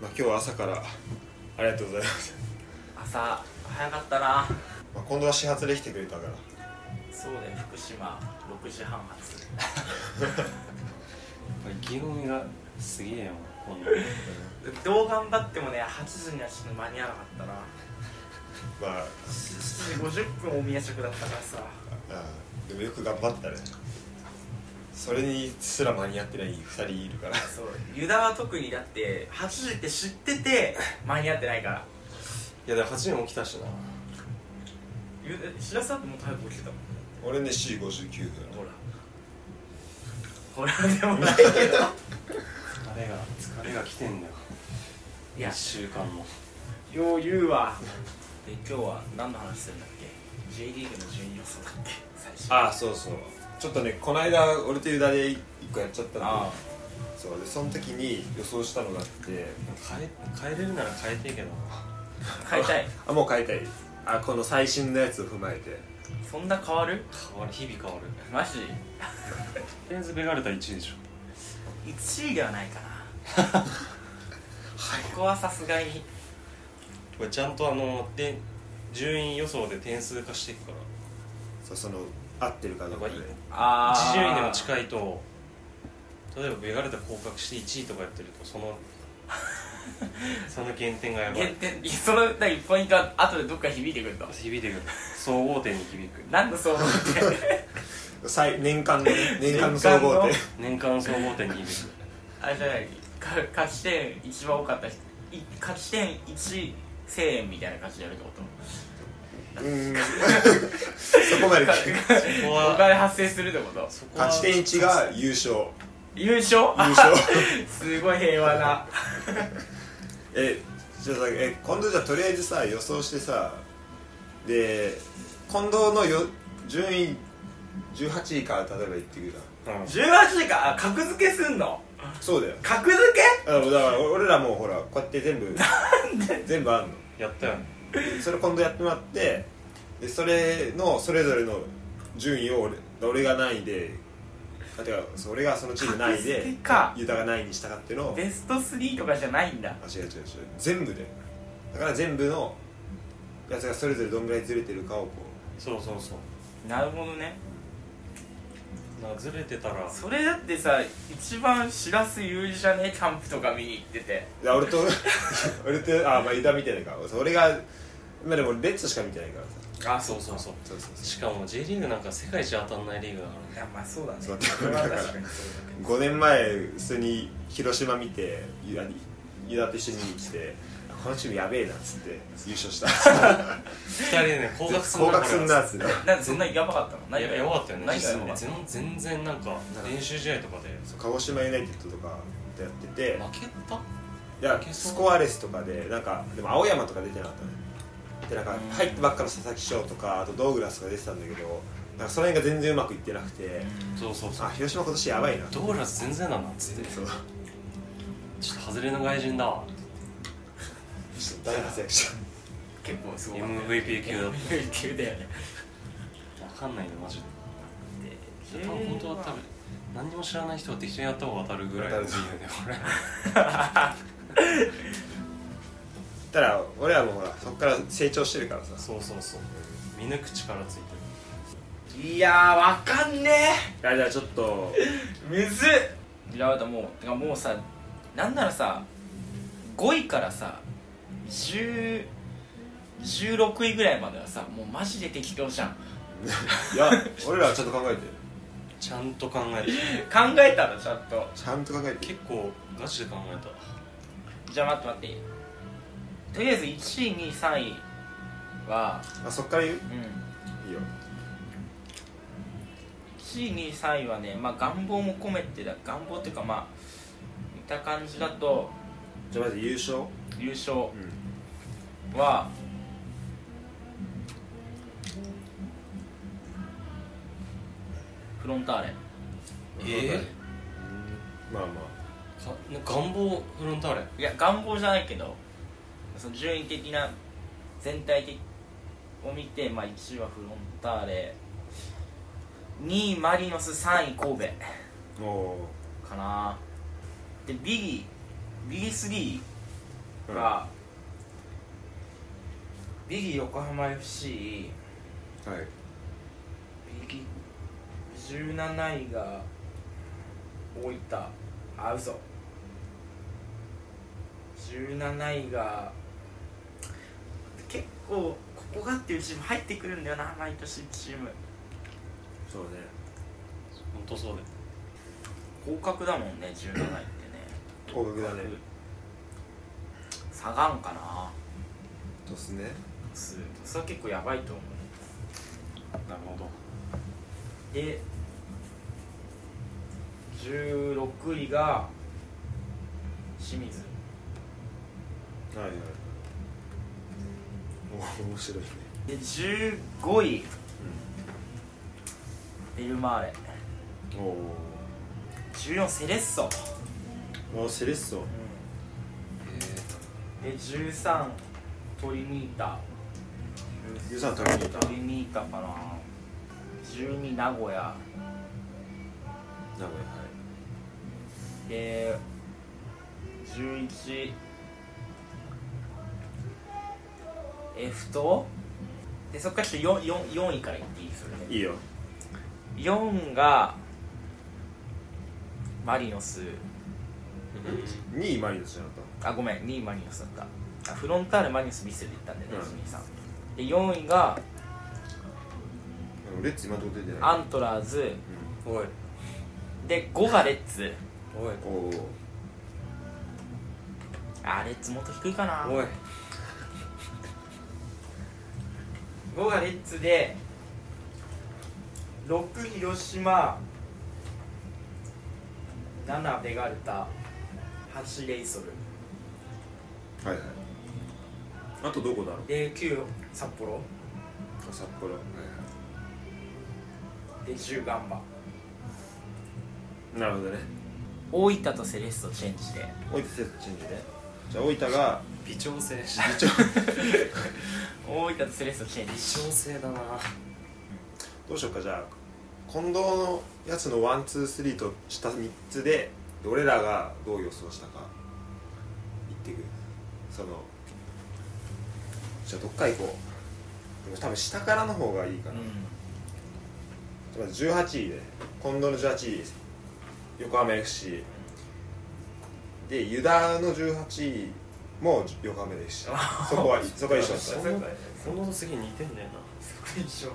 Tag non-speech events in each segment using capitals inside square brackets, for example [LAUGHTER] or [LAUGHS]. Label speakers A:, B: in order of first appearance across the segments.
A: まあ、今日は朝からありがとうございます、
B: 朝早かったな
A: まあ、今度は始発で来てくれたから
B: そうだよ福島6時半発
C: 意気込みがすげえよこんな
B: どう頑張ってもね8時にはちょっと間に合わなかったな
A: まあ
B: 7時50分お宮食だったからさ
A: ああでもよく頑張ったねそれにすら間に合ってない2人いるから
B: そうユダは特にだって8時って知ってて間に合ってないから
C: いやでも8時も起きたしな
B: ユダ知らさんってもっと早く起きてたもん
A: 俺ね C59
B: ほ
A: 分
B: らほらでもないけど
C: 疲れが疲れが来てんだよ
B: いや
C: 1週間も
B: よう言うわで今日は何の話するんだっけ J リーグの順位予想だっけ最初
A: ああそうそうちょっとねこの間俺とユダで1個やっちゃったのそうでその時に予想したのがあって
C: 変え変えれるなら変えてえけど
B: 変えたい
A: あもう変えたいあこの最新のやつを踏まえて
B: そんな変わる
C: 変わる日々変わる
B: マジ
C: とりあえずベガルタ1位でしょ
B: 1位ではないか
C: [LAUGHS]
B: なここはさすがに
C: これちゃんとあので順位予想で点数化していくから
A: そうその合ってるかどうかで
C: やばい
B: あ
C: 1順位でも
B: い
C: 近いと例えばベガルタ降格して1位とかやってると
A: [LAUGHS]
C: そのその減点がやばい
B: 減点その何ポイントは後でどっか響いてくると
C: 響いてくる総合点に響く
B: なんでそう思って [LAUGHS]
A: 最年間のね [LAUGHS] 年間の総合で
B: 年
C: 年間総合点に響く
B: あれじゃないか勝ち点一番多かった人い勝ち点1千円みたいな感じでやるってこと
A: う [LAUGHS] ーんそこまで
B: か
C: そこ
B: お
C: は
B: 金発生するってこと
C: そこは
A: 勝ち点1が優勝
B: 優勝
A: 優勝
B: [LAUGHS] すごい平和な
A: えじゃあさえ今度じゃあとりあえずさ予想してさで近藤のよ順位18位から例えば言ってくるな
C: うん
B: 18かあ格付けすんの
A: そうだよ
B: 格付
A: あだからお俺らもうほらこうやって全部全部あんの
C: やったよ
A: それ今度やってもらってでそれのそれぞれの順位を俺俺が何位であてかそう俺がそのチーム何位
B: 格
A: で
B: 付けか
A: ユタが何位にしたかっていうのを
B: けベスト3とかじゃないんだ
A: あ違う違う違う全部でだから全部のやつがそれぞれどんぐらいずれてるかをこ
C: そうそうそう
B: なるほどね
C: なずれてたら
B: それだってさ一番しらす有利じゃねキャンプとか見に行ってて
A: ういや俺 [LAUGHS] と俺とあまあユダみたいなかそう俺が今でもレッツしか見てないからさ
B: あ
C: そうそうそう
A: そうそうそ
C: しかも J リーグなんか世界一当たんないリーグ [LAUGHS] だか
B: いやまあそうだね
A: そう
B: それは確かにそ
A: う
B: う
A: 5年前普通に広島見てユダにユダと一緒に見に来てあこのチームやべえなっつって優勝した
C: ら2人でね降格す
A: [LAUGHS]
C: る
A: 高額すんなっつって
B: だねなんでそんなやばかったの
C: いややばかったよね
B: 何がやばかった
C: 実際
B: の
C: 全然なんか練習試合とかで
A: そう鹿児島ユナイテッドとかでやってて
C: 負けた
A: いやスコアレスとかでなんかでも青山とか出てなかったねでなんか入ってばっかの佐々木翔とかあとドーグラスとか出てたんだけどなんかその辺が全然うまくいってなくて
C: そうそうそう
A: あ広島今年やばいな
C: ドーラス全然だなっつって
A: そう
C: ちょっと外れの外人だわ
A: ちょっと大活躍した
B: 結構すごい
C: MVP 級だっ
B: MVP 級だよね
C: た分かんないねマジで
B: で
C: 多分本当は多分何にも知らない人は適当にやった方が当たるぐらいの
A: 当
C: 理
A: た
C: 由
A: る
C: で俺
A: [LAUGHS] たら俺らもほらそこから成長してるからさ
C: そうそうそう見抜く力ついて
B: いやーわかんね
A: いやじゃあちょっと
B: えむずっいやだもうてかもうさなんならさ5位からさ10 16位ぐらいまではさもうマジで適当じゃん
A: いや俺らはちゃんと考えてる
C: るちゃんと考えて [LAUGHS]
B: 考えたのちゃんと
A: ちゃんと考えてる
C: 結構ガチで考えた
B: じゃあ待って待ってとりあえず1位2位3位は、
A: あそっから言う
B: うん、
A: いいよ
B: 1位2位3位はねまあ願望も込めてだ願望っていうかまあ見た感じだと
A: じゃあまず優勝
B: 優勝
A: うん
B: はフロンターレ
C: ええ
A: まあま
C: か願望フロンターレ
B: いや願望じゃないけどその順位的な全体的を見て、まあ、1位はフロンターレ2位マリノス3位神戸
A: あも
B: かなでビギビギ3が、ビギー横浜 FC
A: はい
B: ビギー17位が大分あ嘘17位が結構ここがっていうチーム入ってくるんだよな毎年チーム
A: そうね
C: 本当そうだよ
B: 合格だもんね17位ってね
A: 合格だね
B: 下がんかな
A: そうっすね
B: 数それは結構やばいと思う
C: なるほど
B: で16位が清水
A: はいはいお面白いね
B: で15位ベルマーレ
A: お
B: 14セレッソ、
A: おあセレッソへ
B: で13トリニータ
A: え13トリニータ
B: トリニータかな12名古屋
A: 名古屋は
B: で11 F とでそっからちょっと 4, 4, 4位からいっていいそれ
A: いい
B: で
A: いよ
B: 4がマリノス
A: 2位マリノスじゃなか
B: あごめん2位マリノスだったあフロンターレマリノスミスで行ったんだよね、
A: うん
B: ジミーさんで4位が
A: ったでもレッツ今どこ出てない
B: アントラーズ
C: おい
B: で5がレッツ
C: おい
A: おおー
B: あレッツもっと低いかな
C: おい
B: 5がレッツで6広島7ベガルタ8レイソル
A: はいはいあとどこだろう
B: で9札幌
A: あ札幌はい
B: で10ガンバ
A: はいなるほどね
B: 大分とセレッソチェンジで
A: 大分セットチェンジねじゃあ大分が
C: 微調整し
A: 一応
B: 大分とセレッソチェンジ
C: 微調整だな
A: どうしようかじゃあ近藤のやつのワンツースリーと下3つで俺らがどう予想したか言ってくそのじゃあどっか行こうでも多分下からの方がいいかな、まず18位で近藤の18位です横浜 FC で湯田の18位も横浜
B: [LAUGHS]
A: FC そこはそこは一緒だった
C: 近藤とすげえ似てんだよな
B: 一緒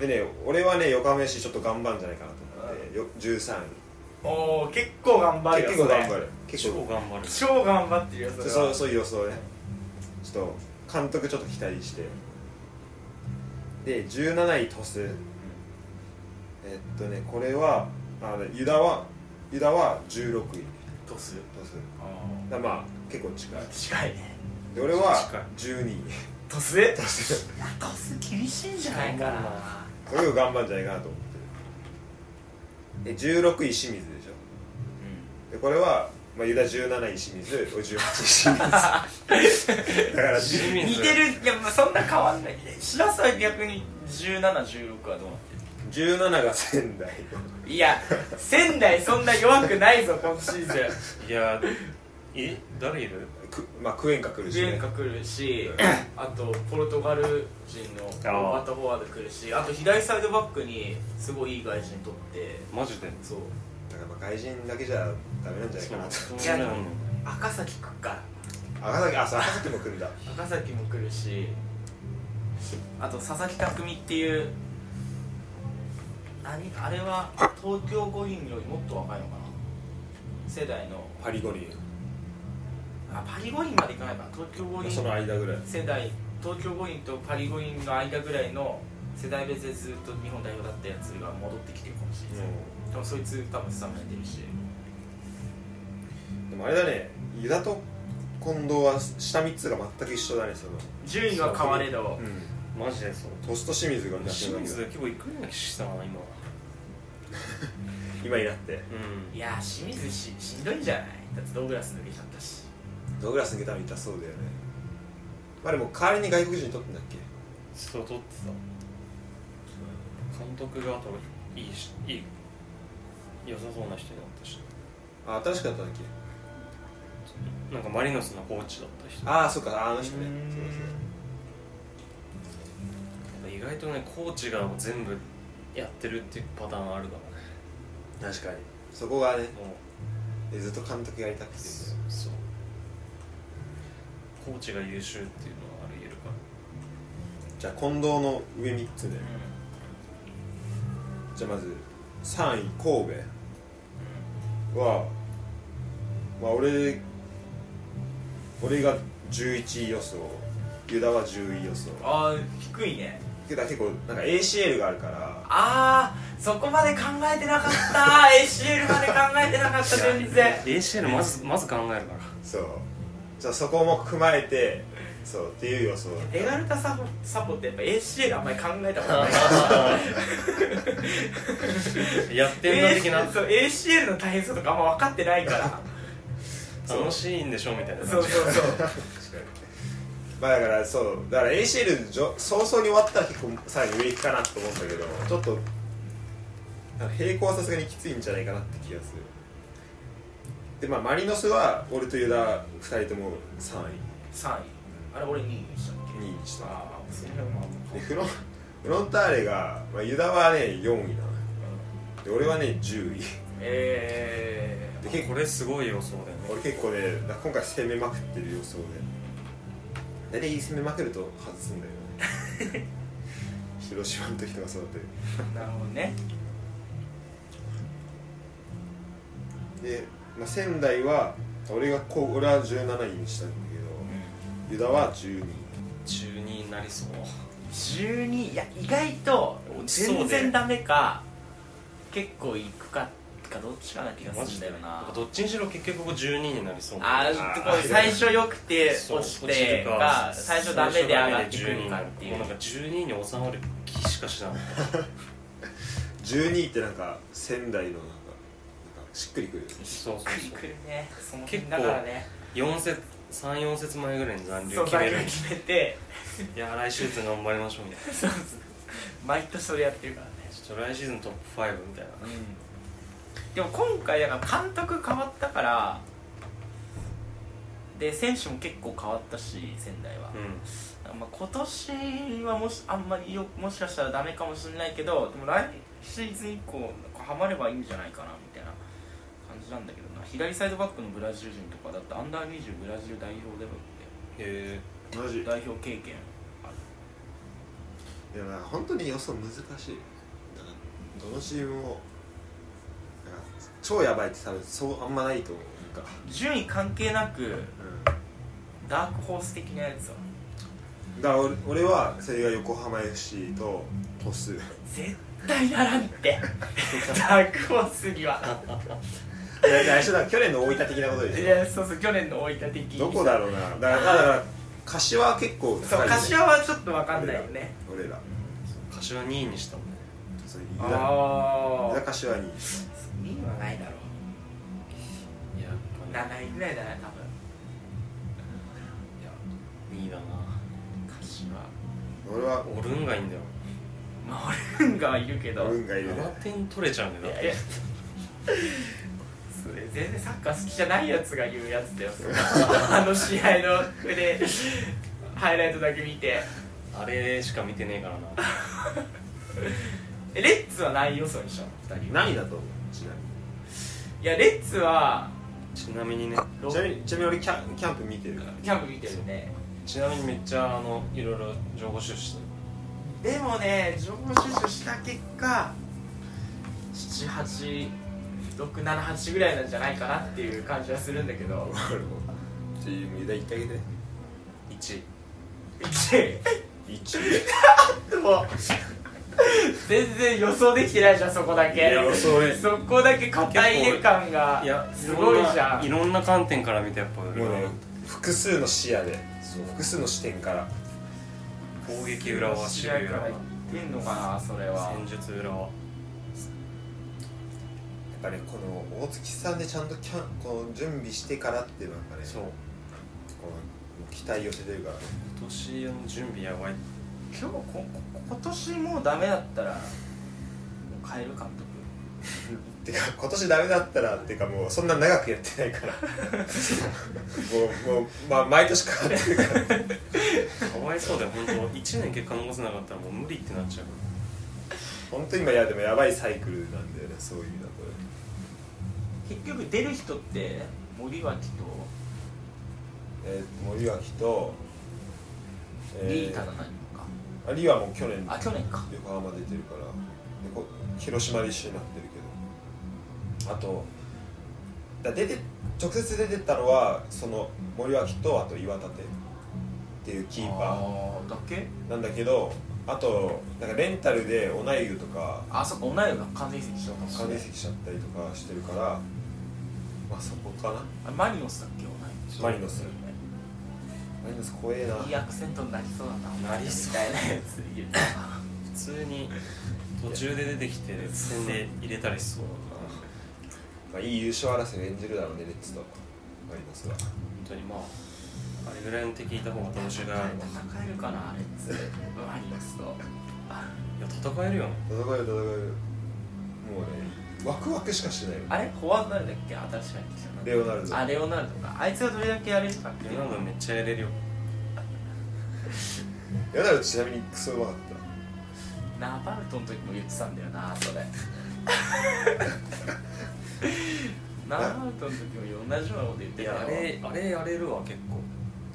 A: でね俺はね横浜 FC ちょっと頑張るんじゃないかなと思ってよ13
B: おお結構頑張
A: 位
B: るよ
A: 結構頑張
B: る
A: る結
C: 超
A: 構
C: 頑張る
B: 超頑張ってるよそれは
A: そうそういう予想ねちょっと監督ちょっと期待してで17位鳥栖えっとねこれはあの湯田は湯田は16位鳥
B: トス
A: 栖だからまあ結構近い
B: 近いね
A: で俺は
C: 近い
A: 12位
B: トスいやトス厳しいんじゃないかな
A: それを頑張るんじゃないかなと思ってるで16位清水でしょでこれは、まあ、湯田17位清水俺18位清水だから
C: 清
B: うん
C: 水
B: 似てるいやまあそんな変わんない白洲は逆に1716はどうなってる
A: 17が仙台
B: いや仙台そんな弱くないぞ今シーズン
C: いやえ誰いる
A: くまあクエンカ来るし
B: ジェ
A: ね
B: ンカ来るしあとポルトガル人のバッターフォワード来るしあと左サイドバックにすごいいい外人取って
C: マジで
B: そう
A: だからまあ外人だけじゃダメなんじゃないかなと
C: そう
B: いや
C: なの
B: 赤崎来っから
A: 赤崎あそう赤崎も来るんだ
B: 赤崎も来るしあと佐々木匠っていう何あれは東京五輪よりもっと若いのかな世代の
A: パリ五輪
B: あパリ五輪までいかないかな東京五
A: その
B: 輪
A: 間ぐらい
B: 世代東京五輪とパリ五輪の間ぐらいの世代別でずっと日本代表だったやつが戻ってきてるかもしれない、でもそいつ多分スタメン出るし
A: でもあれだね湯田と近藤は下3つが全く一緒だねその
B: 順位は変われど
A: うん
C: マジでそう
A: 鳥栖と清水が同じ
C: 清
A: だけ
C: 水
A: ど
C: 結構行くような気したな今
A: 今になって
C: うん
B: いやー清水ししんどいんじゃないだってドーグラス抜けちゃったし
A: ドグラス抜けたのいたそうだよねまあでも代わりに外国人取ってんだっけ
C: そう撮ってた監督があといいしいい良さそうな人になったし
A: あ新しくなったんだっけ
C: なんかマリノスのコーチだった人やっ
A: ああそっかあの人ね
B: うん
A: そうそう
C: ぱ意外とねコーチが全部やってるっていうパターンあるからね
A: 確かにそこがね
C: もう
A: でずっと監督やりたくて
C: そうコーチが優秀っていうのはあり得るから
A: じゃあ近藤の上3つでじゃあまず3位神戸はまあ俺俺が11位予想湯田は10位予想
B: ああ低いね
A: 湯田結構なんか ACL があるから
B: ああそこまで考えてなかった ACL まで考えてなかった全然
C: ACL まずまず考えるから
B: [LAUGHS]
A: そうじゃあそこも踏まえてそうっていう予想
B: エガルタサポサポってやっぱ ACL あんまり考えたことない
C: やってんな的な
B: ACL そう ACL の大変さとかあんま分かってないから
C: 楽しいんでしょみたいな
B: そうそうそう
A: まあだからそうだから ACL じょ早々に終わったら結構さらに上行くかなと思ったけどちょっとなんか平行はさすがにきついんじゃないかなって気がするでまあマリノスは俺とユダ2人とも3位
B: 3位あれ俺2位にしたっけ
A: 2位にした
B: ああそれはまあ
A: でフロンフロンターレが、まあ、ユダはね4位なのよで俺はね10位
B: え
A: で
C: 結構これすごい予想だよね
A: 俺結構ねだから今回攻めまくってる予想で大体攻めまくると外すんだよね広島の時とかそうだったけど
B: ー、なるほどね
A: で、まあ、仙台は俺がこう俺は17位にしたんだけど、ユダは12位
C: 中2になりそう
B: 12いや意外と
C: 落ちそうで
B: 全然ダメか結構いくかかどっちかな気がするんだよな
C: どっちにしろ結局12になりそう
B: あ
C: そう
B: ーこう最初良くて
C: そう
B: 落ちてか最初ダメで上がってくるかってい
C: も
B: う
C: うなんか12に収まる気しかし
B: [LAUGHS]
C: ない
A: 12位ってなんか仙台のなんかなんかしっくりくる
C: そうそう
B: くり
C: そう
B: くるねその
C: 結構
B: だからね
C: 4節34節前ぐらいに残留
B: そう
C: 決め
B: 最
C: る
B: 後決めて
C: いや来シーズン頑張りましょうみたいな
B: そうそう毎年それやってるからね
C: ちょっと来シーズントップ5みたいな
B: でも今回だから監督変わったからで選手も結構変わったし仙台は、
C: う
B: まあ、今年はもしあんまりよもしかしたらダメかもしれないけどでも来シーズン以降なんかハマればいいんじゃないかなみたいな感じなんだけどな左サイドバックのブラジル人とかだってアンダー20ブラジル代表でも
C: んへ
A: マジ
B: 代表経験あ
A: で
B: る
A: もなんか本当に予想難しいなんかどのチームもなんか超やばいって多分そうあんまないと思うなんか、
B: 順位関係なく
A: うん、
B: ダークホース的なやつは
A: だから俺俺はそれが横浜 FC と鳥栖
B: 絶対ならんってダークホースには
A: いやいや一緒だ去年の大分的なことで
B: い
A: し
B: やそうそう去年の大分的
A: ょどこだろうなだからだから柏は結構高い
B: そう
A: よね
B: 柏はちょっと分かんないよね
A: 俺ら
C: え柏2位にしたもんね
A: そういう
B: あ
A: ユダ
B: あ
A: 柏に
B: 2位はないだろう
C: いややっぱね
B: 7位ぐらいだな多分
C: いや2位だな
B: 柏
A: 俺は
C: オルンがいいんだよ
B: まあ俺運がはいるけど
A: 運がいるね
C: 7点取れちゃうん
B: い
C: だよだっ
B: やいや
C: て
B: それ全然サッカー好きじゃないやつが言うやつ [LAUGHS] だよそれあの試合のプレーハイライトだけ見て
C: あれしか見てねえからな
B: えレッツは何位予想にしたの2人は
A: 何位だと思うちなみに
B: いやレッツは
C: ちなみにね
B: ロ
A: ちなみにちなみに俺キャンキャンプ見てるから
B: キャンプ見てるね
C: ちなみにめっちゃあのいろいろ情報収集して
B: でもね情報収集した結果78678ぐらいなんじゃないかなっていう感じはするんだけど [LAUGHS]
A: 俺もチームユダ行ってあげて
C: 1位
B: 1
A: 1
B: でも全然予想できてないじゃんそこだ
A: いや
B: け
A: それ
B: そこだけ硬い絵感が
C: いや
B: すごいじゃ
C: い
B: ん
C: ろんな観点から見てやっぱ
A: もうね複数の視野で複数の視点から
C: 攻撃裏は守
B: 試合
C: 備裏
B: から
C: は
B: 言ってんのかなそれは
C: 戦術裏は
A: やっぱりこの大月さんでちゃんとキャンこの準備してからっていうのはやっぱね
C: そう
A: この期待寄せてるからね
C: 今年の準備やばい
B: 今日ここ今年もうダメだったらもう変える監督
A: てか今年ダメだったらっていうかもうそんな長くやってない [LAUGHS] からもうもう、まあ、毎年変わってるから
C: かわいそうだよ本当1年結果残せなかったらもう無理ってなっちゃう
A: 本当今いやでもやばいサイクルなんだよねそういうのと
B: 結局出る人って森脇と
A: えー森脇と、
B: リータだ
A: な
B: 何か、
A: あリーはもう去年
B: あ去年か
A: 横浜出てるからでこ広島で一緒になってるけどあとだ出て直接出てったのはその森脇とあと岩立っていうキーパ
B: あーだっけ
A: ーなんだけどあとなんかレンタルでオナイユとか
B: あそっか同い年が完全移籍しちゃったもんね
A: 関連席しちゃったりとかしてるからまあそこかな
B: あマリノスだっけ同い年
A: マリノスマリノス怖えない
B: いアクセントになりそうだな
C: なりそう
B: みたいなやつ言うな
C: 普通に途中で出てきて線で入れたりしそうだな
A: まあ、いい優勝争いを演じるだろうねレッツとマリノスは
C: 本当にまああれぐらいの敵いた方が楽しいがいや
B: 戦えるかなあれっつってマリノスと
C: 戦えるよね
A: 戦える戦えるもうねワクワクしかしないよ
B: あれフォワード誰だっけ新しい入ってきたの
A: レオナルド
B: あレオナルドかあいつがどれだけやれるかって
C: レナウドめっちゃやれるよ
A: レオナルドちなみにクソうまかった
B: ナバルトの時も言ってたんだよなそ
C: [LAUGHS]
B: れナバルトの時も同じようなこと言って
C: い
B: たよ
C: やあれあれやれるわ結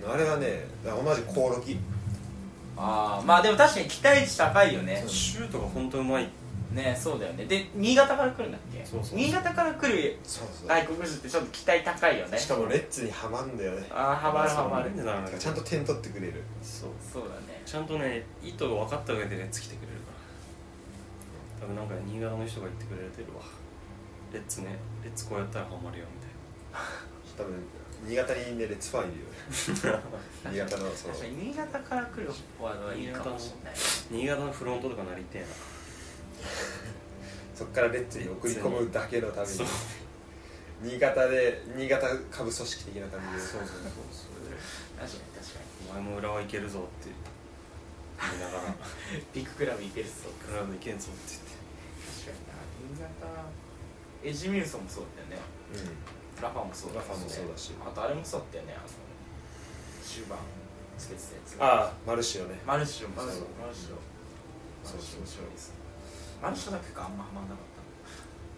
C: 構
A: あれはね同じコオロギ
B: ああまあでも確かに期待値高いよね
C: シュートが本当うまい
B: ねそうだよねで新潟から来るんだっけ
C: そうそう
B: 新潟から来る
A: そうそう、
B: 外国人ってちょっと期待高いよね
A: しかもレッツにはまんだよね
B: ああハマるハマる
C: なんでだろうね
A: ちゃんと点取ってくれる
C: そう
B: そうだね
C: ちゃんとね意図を分かった上でレッツ来てくれるから多分なんか新潟の人が言ってくれてるわレッツねレッツこうやったらハマるよみ
A: 多分新潟にねレッツファンいるよね新潟のその
B: 確かに新潟から来るフォワードはいいかもしれない
C: た [LAUGHS] いな新潟のフロントとかなりてえな
A: そっからレッツに送り込むだけのために
C: そう
A: 新潟で新潟株組織的な感じで
C: そうそうそうそれで
B: 確かに確か
C: お前も浦和行けるぞって言いながら
B: にビッグクラブいけるっすよ
C: 浦和行けんぞって言って
B: 確かにな新潟エジミルソンもそうだよね
A: うん
B: ラファもそうだ
A: ラ
B: し
A: ファもそうだし
B: あとあれもそうだったよねあの終盤つけてたや
A: あ
B: つ
A: あマルシオね
B: マルシオもそう
A: マルシそ
B: マルシオ
A: うそうそう
B: マルシオ面白いですねマルシオだけかあんまハマんなかっ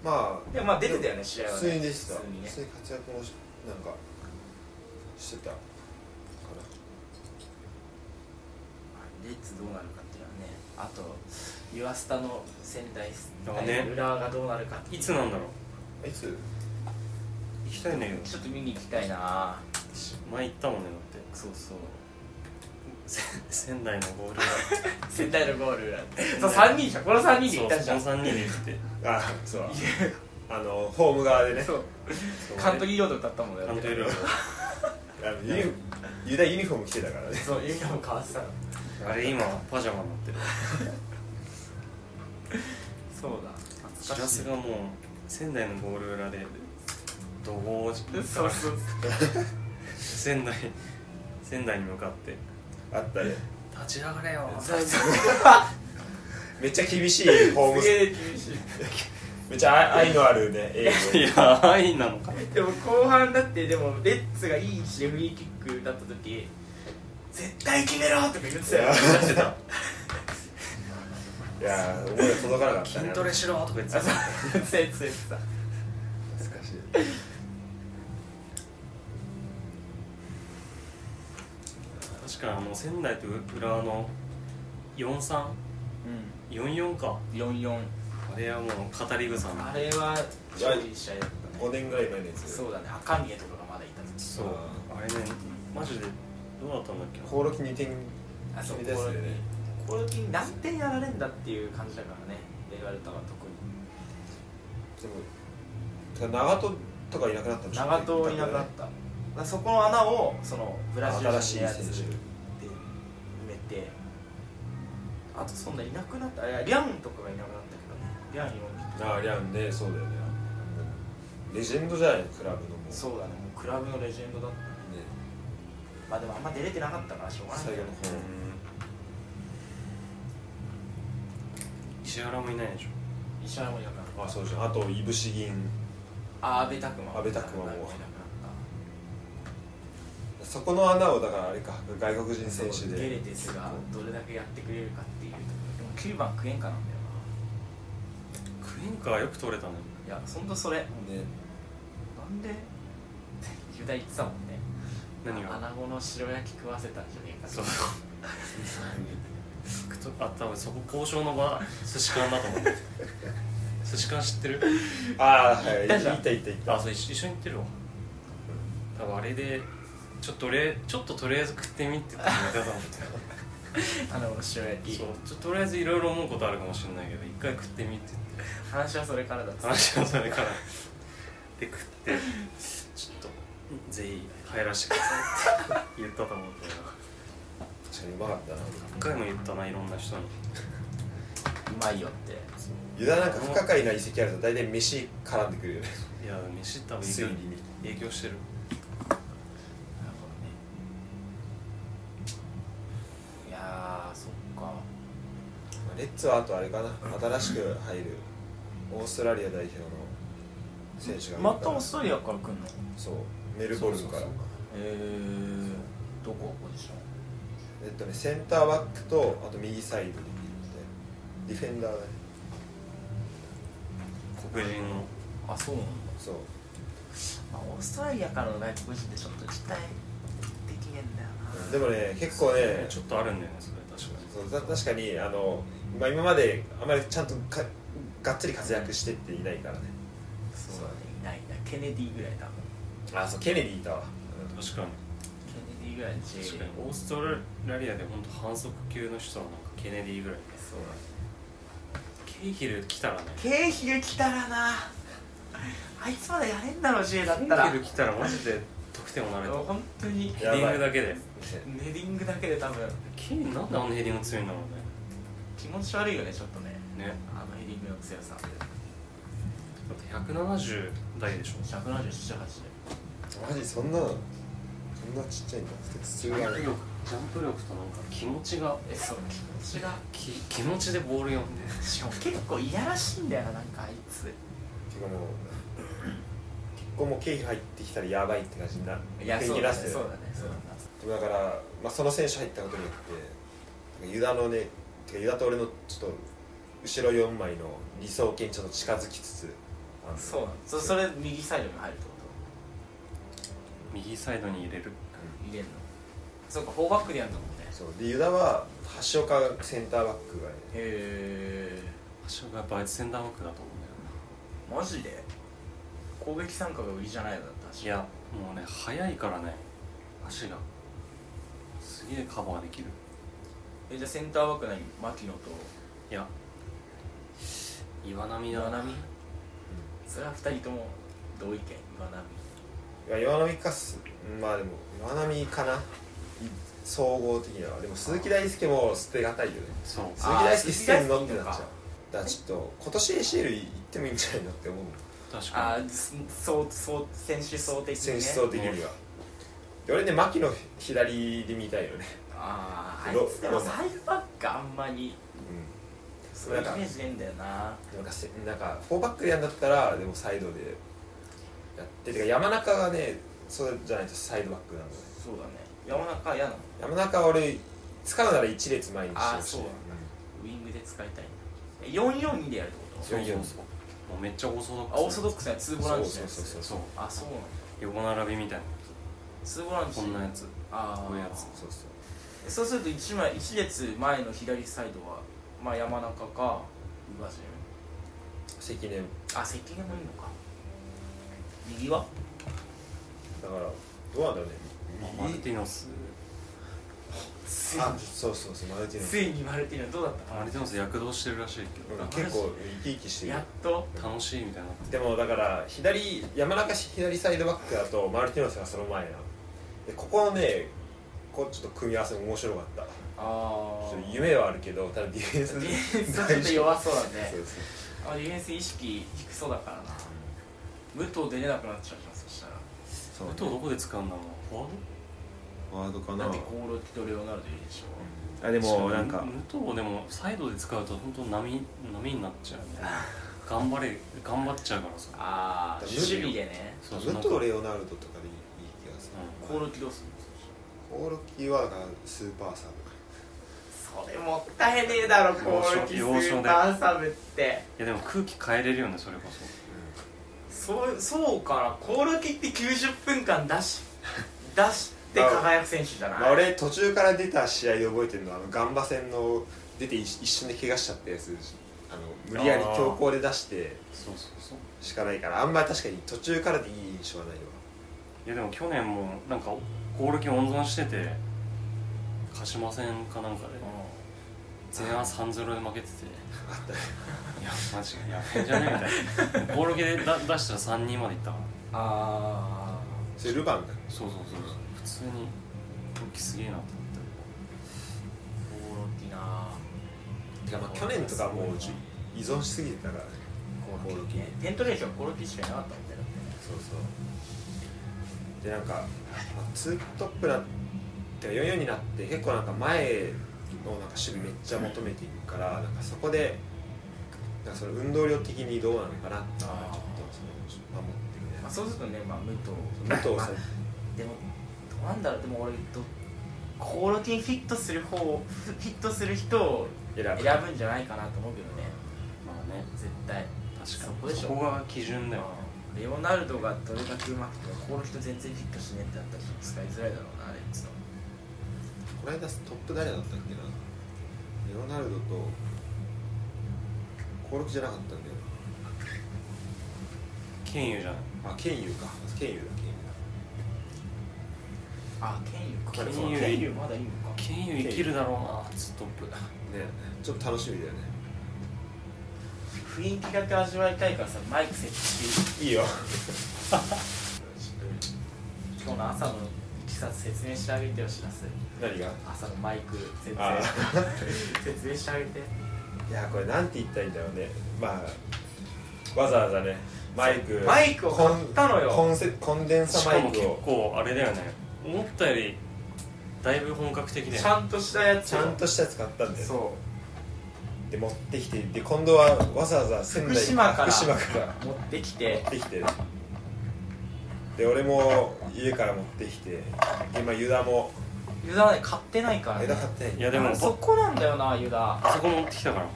A: まあ
B: たでもまあ出てたよね試合は、ね、
A: 普通にでした
B: 普通にね
A: 普通に活躍もしなんかしてたか
B: レッツどうなるかっていうのはねあとユアスタの仙台
C: あね
B: 浦和がどうなるかって
C: い
B: いう
C: つなんだろう
A: ないつ
C: 行きたいね
B: ちょっと見に行きたいな
C: 前行ったもんねだって
B: そうそう
C: せ [LAUGHS] 仙台のゴールが
B: 仙台のゴール [LAUGHS] そう3人じゃんこの3人で行ったじゃん
C: そうその3人で行 [LAUGHS] って
A: ああそうあのホーム側でね
B: そう
C: そう
B: カントリーロード歌ったもんだ
C: カントリーロー
A: あのユニユダユニフォーム着てたからね
B: そうユニフォーム変わってたの
C: ドあれ今パジャマになってる
B: そうだ
C: しらすがもう仙台のゴール裏で怒号をし
B: そうそう
C: 仙台仙台に向かって
A: あったね
C: 「立ち上がれよ
B: そう [LAUGHS]
A: めっちゃ厳しいホーム
B: すげえ厳し
A: めっちゃ愛愛のあるね英語
C: いや愛なのか
B: いでも後半だってでもレッツがいい位置でフリーキックだった時絶対決めろとか言ってたよ [LAUGHS]
A: い
C: 出してた
A: いやー思いが届かなかったね
C: 筋トレしろとか言って
B: あ
C: た
B: そう言ってた言ってた言ってた
A: 懐かしい
C: 確かにあの仙台と浦和の4344
B: う
C: か
B: ん44
C: あれはもう語り草
B: あ
C: な
B: れは超いい試合だったね
A: 5年ぐらい前のやつ
B: そうだね赤宮とかがまだいた時
C: そうあれねマジでどうだったんだっけな
A: コオロキ2点
B: あそう
A: 君ですよね
B: コロキに何点やられんだっていう感じだからねレガルタは特に
A: でも長門とかいなくなったんでしょ
B: 長友いなくなった、だからそこの穴をそのブラジル
A: 新しい選
B: のやつで埋めてあとそんないなくなったあいやリャンとかがいなくなったけどねリャン4
A: 手あありゃんねそうだよねレジェンドじゃないクラブのもう
B: そうだねもうクラブのレジェンドだった
A: ね
B: まあでもあんま出れてなかったからしょうがない
A: 最後の方
C: 石原もいないでしょ
B: 石原もいなくなっ
A: あそうじゃんあといぶし銀
B: たあ阿部拓磨
A: 阿部拓磨も
B: いなくなっ
A: そこの穴をだからあれか外国人
B: た
A: 選手
B: ゲ
A: で
B: レ [LAUGHS] テスがどれだけやってくれるかっていうところでも9番クエンカなんだよ
C: クインカーよく取れたね
B: ないやほんとそれ
A: ね
B: なんでユダ言ってたもんね
C: 何が
B: 穴子の白焼き食わせたんじゃねえか
C: そうあ多分そこ交渉の場寿司館だと思 [LAUGHS] って寿司館知ってる
A: ああはい
B: 行っ
A: 行
B: た
A: っ
B: じ
A: た
B: ゃ
A: 行
B: ん
A: った行った
C: あそう一緒一緒に行ってるわ多分あれでちょっと俺ちょっととりあえず食ってみって言ってたと思って
B: 穴子の白焼き
C: [LAUGHS] そうちょっととりあえずいろいろ思うことあるかもしれないけど一回食ってみって言って
B: 話はそれからだった
C: 話はそれ [LAUGHS] からで食ってちょっとぜひ入らせてくださいって [LAUGHS] 言ったと思うんだよな
A: 確かにうまかったな
C: 一回も言ったないろんな人に
B: うまいよって
A: ユダなんか不可解な遺跡あると大体飯絡んでくるよね
C: いや飯多分
A: 推
C: 影響
A: 理に
C: 影響してる
B: なるほどねいやーそっか
A: レッツはあとあれかな新しく入るオーストラリア代表の選手がいるから
B: またオーストラリアから来んの
A: そうメルボルンから
C: そうそう
B: えー、どこポジション
A: えっとねセンターバックとあと右サイドでディフェンダーだね
C: 黒人の
B: あそうなんだ、
A: そう
B: まあ、オーストラリアからの外国人ってちょっと期待できねえんだよ
A: でもね結構ね
C: ちょっとあるんだよねそれ確かに
A: そうた確かにあの、まあ、今まであまりちゃんとかがっつり活躍してっていないからね
B: なそうだねいないなケネディぐらいだもん
A: あそうケネディいたわ
C: 確かに
B: ケネディぐらいの J
C: 確かにオーストラリアで本当反則級の人はなんかケネディぐらい
B: そうだね
C: ケイヒル来たらね
B: 経費が来たらなあいつまだやれんだろ J だ
C: ケ
B: っ
C: イ
B: たら
C: ヒル来たらマジで得点をなめた
B: 本当に
C: ヘディングだけで
B: ネディングだけで多分
C: ケイなんであんなヘディング強いんだろう
B: 気持ち悪いよねちょっとね
C: ねね
B: あのヘディングの強さ
C: だって170台でしょ
B: 177 8
A: マジそんなそんなちっちゃいんだ普
C: ジ
A: 通
C: ャン
A: だ
C: プ
A: ね
C: 力ジャンプ力となんか気持ちが
B: えそう気持ちが
C: き気持ちでボール読んで
B: しかも結構いやらしいんだよななんかあいつ
A: てかもう結構もう経費入ってきたらやばいって感じになる元気出してる
B: そうだねそうだね
A: だから、まあ、その選手入ったことによってユダのねてかユダと俺のちょっと後ろ4枚の理想形にちょっと近づきつつあの
B: そうなんそそれ右サイドに入るってこ
C: 右サイドに入れる
B: と入れるのそうかフォーバックでやるんだもんね
A: そうでユダは橋岡センターバックがね
B: へえ
C: 橋がやっぱあいつセンターバックだと思うんだよ
B: マジで攻撃参加が売りじゃないのだった
C: ないやもうね速いからね足がすげえカバーできる
B: えじゃあセンターバック何牧野と
C: いや岩波だ
B: 岩波それは2人とも同意見岩波
A: いや岩波かすうんまあでも岩波かない総合的にはでも鈴木大輔も捨てがたいよね
C: そう
A: 鈴木大輔捨てんの
B: あー
A: ってなっちゃう
B: 鈴木大輔いいのか
A: だからちょっと今年 ACL 行ってもいいんじゃないのって思う
C: 確
B: あ
C: か
B: あそうそう選手層的に
A: 選
B: ね
A: 手層的には、で俺ね牧野左で見たいよね
B: あああい
A: ロ
B: つでも
A: ロマン
B: サイドバックあんまり
A: うん
B: そういうイメージねえんだよな
A: なんかせなんかフォーバックでやるんだったらでもサイドでやっててか山中がねそうじゃないとサイドバックなので
B: そうだね山中嫌なの
A: 山中は俺使うなら一列前にして
B: あ
A: ほ
B: ー
A: しい
B: そうウイングで使いたいえ442でやるってこ
C: に
B: と
C: そうそうそうもうめっちゃオーソドックス
B: あオーソドックスな2ボランチのやつ
A: そうそうそう
C: そう
B: あそうなんだ
C: 横並びみたいな
B: 2ボランチ
C: こんなやつ
B: あ
C: こういうや
B: あ
C: つ
A: そうそう
B: えそうすると1枚一列前の左サイドは、まあ、山中か宇賀神
A: 関根だ
B: あ関根もいいのか右は
A: からどうなんだろうね
C: マルティノス
B: つ
A: あそうそうそうマルティ
B: ついに言われてるのどうだった
C: マルティノス躍動してるらしいけ
A: ノ
C: ど
A: なんか結構生き生きしてる
B: やっと
C: 楽しいみたいになって
A: でもだから左山中左サイドバックだとマルティノスがその前なのでここのねこうちょっと組み合わせ面白かった
B: あ
A: ちょっと
B: あ
A: 夢はあるけどただディフェンス
B: ディフェンスはちょっと弱そうだね
A: そうそう
B: あディフェンス意識低そうだからな武藤出れなくなっちゃうじゃんそしたら
A: そ
C: 武藤どこで使うんだろうフォワー
A: ワードか
B: だってゴールってドレオナルドいるでしょ
A: あで
C: ド
A: もなんか
C: 武藤でもサイドで使うと本当波波になっちゃうね頑張れ頑張っちゃうからさ
B: ああ
A: だから
B: 守備でね
C: そうそう
A: 武
C: なん
A: 藤
C: か
A: レオナルドとかでいいいい気がす
C: うん
B: コオロキどうする
A: るオールキーはなんかスーパーサ
B: それもったいねえだろコオロキス
C: 要所要所で
B: ーパーサブって
C: いやでも空気変えれるよねそれこそ
B: そうそうかなコオロキって90分間出 [LAUGHS] し出して輝く選手じゃ
A: ブ、
B: ない、
A: まあ、俺途中から出た試合で覚えてるのはあのガンバ戦の出て一一瞬で怪我しちゃったやつあの無理やり強行で出して
C: そうそうそう
A: しかないからあんまり確かに途中からでいい印象はないわ
C: いやでも去年もなんかゴールキ温存してて鹿島戦かなんかで
B: う
C: 前半3ゼ0で負けてていやマジやべえんじゃねえみたいなゴールキでだ出したら3人までいったから
B: んあ
A: それルヴァンだね
C: そうそうそうそう普通にゴールキすげえなと
B: ー
C: 思っ
B: コオロキ
A: てか
B: な
A: まあ去年とかもうじ依存しすぎてたからね
B: コオロキねエントリー賞はコオロキしかいなかったもんねだってね
A: そうそうでなんか、まあ、ツートップなってか44になって結構なんか前のなんか守備めっちゃ求めていくから、なんかそこでなんかその運動量的にどうなのかなっていうのはちょっとその守ってるね
B: まあ、そうするとね、まあ、武藤
A: 武藤
B: [LAUGHS] ま
A: さ
B: あ
A: ん
B: でもどうなんだろうでも俺どコオロキにフィットする方をフフィットする人を
A: 選ぶ
B: 選ぶんじゃないかなと思うけどね
C: たまあね
B: 絶対
C: 確
B: そこ
C: か
B: で
C: に
B: しょ
C: そこが基準だよね
B: レオナルドがどれだけうまくてもコオロキと全然フィットしねえってなったら使いづらいだろうなレッツの
A: この間トップ誰だったっけなレオナルドとコロキじゃなかったんだよ
C: ケンユじゃない
A: あケンユかケンユだケンユだ
B: あケンユか
A: ケ
C: ンユ
B: ケンユまだいいのか
C: ケンユ生きるだろうなツートップ
A: ねちょっと楽しみだよね
B: 雰囲気だけ味わいたいからさマイク設置して
A: いいよ
B: 今日の朝のいきさつ説明してあげてよしらす
A: 何が
B: 朝のマイク説
A: あ
B: 明 [LAUGHS] 説明してあげて
A: いやこれなんて言ったらいいんだろうねまあわざわざねマイク
B: マイクを買ったのよ
A: コンコンセコンデン
C: し
A: サ
C: か
A: マ
C: も
A: イク
C: 結
A: を
C: 構あれだよね思ったよりだいぶ本格的だ
B: ち
C: よね
B: ゃんとしたやつ
A: ち
B: を
A: ゃんとしたやつ買ったんだよ
B: そ
A: で持ってきてで今度はわざわざ
B: う
A: 仙台
B: 福島から
A: 福島から
B: 持ってきて
A: 持ってきてで俺も家から持ってきて今ユダも
B: ユダはね買ってないから、ね、
A: ユダ買ってない
C: いやでも
B: あそ
C: そ
B: こなんだよなユダあ
C: そこ持ってきたから
B: や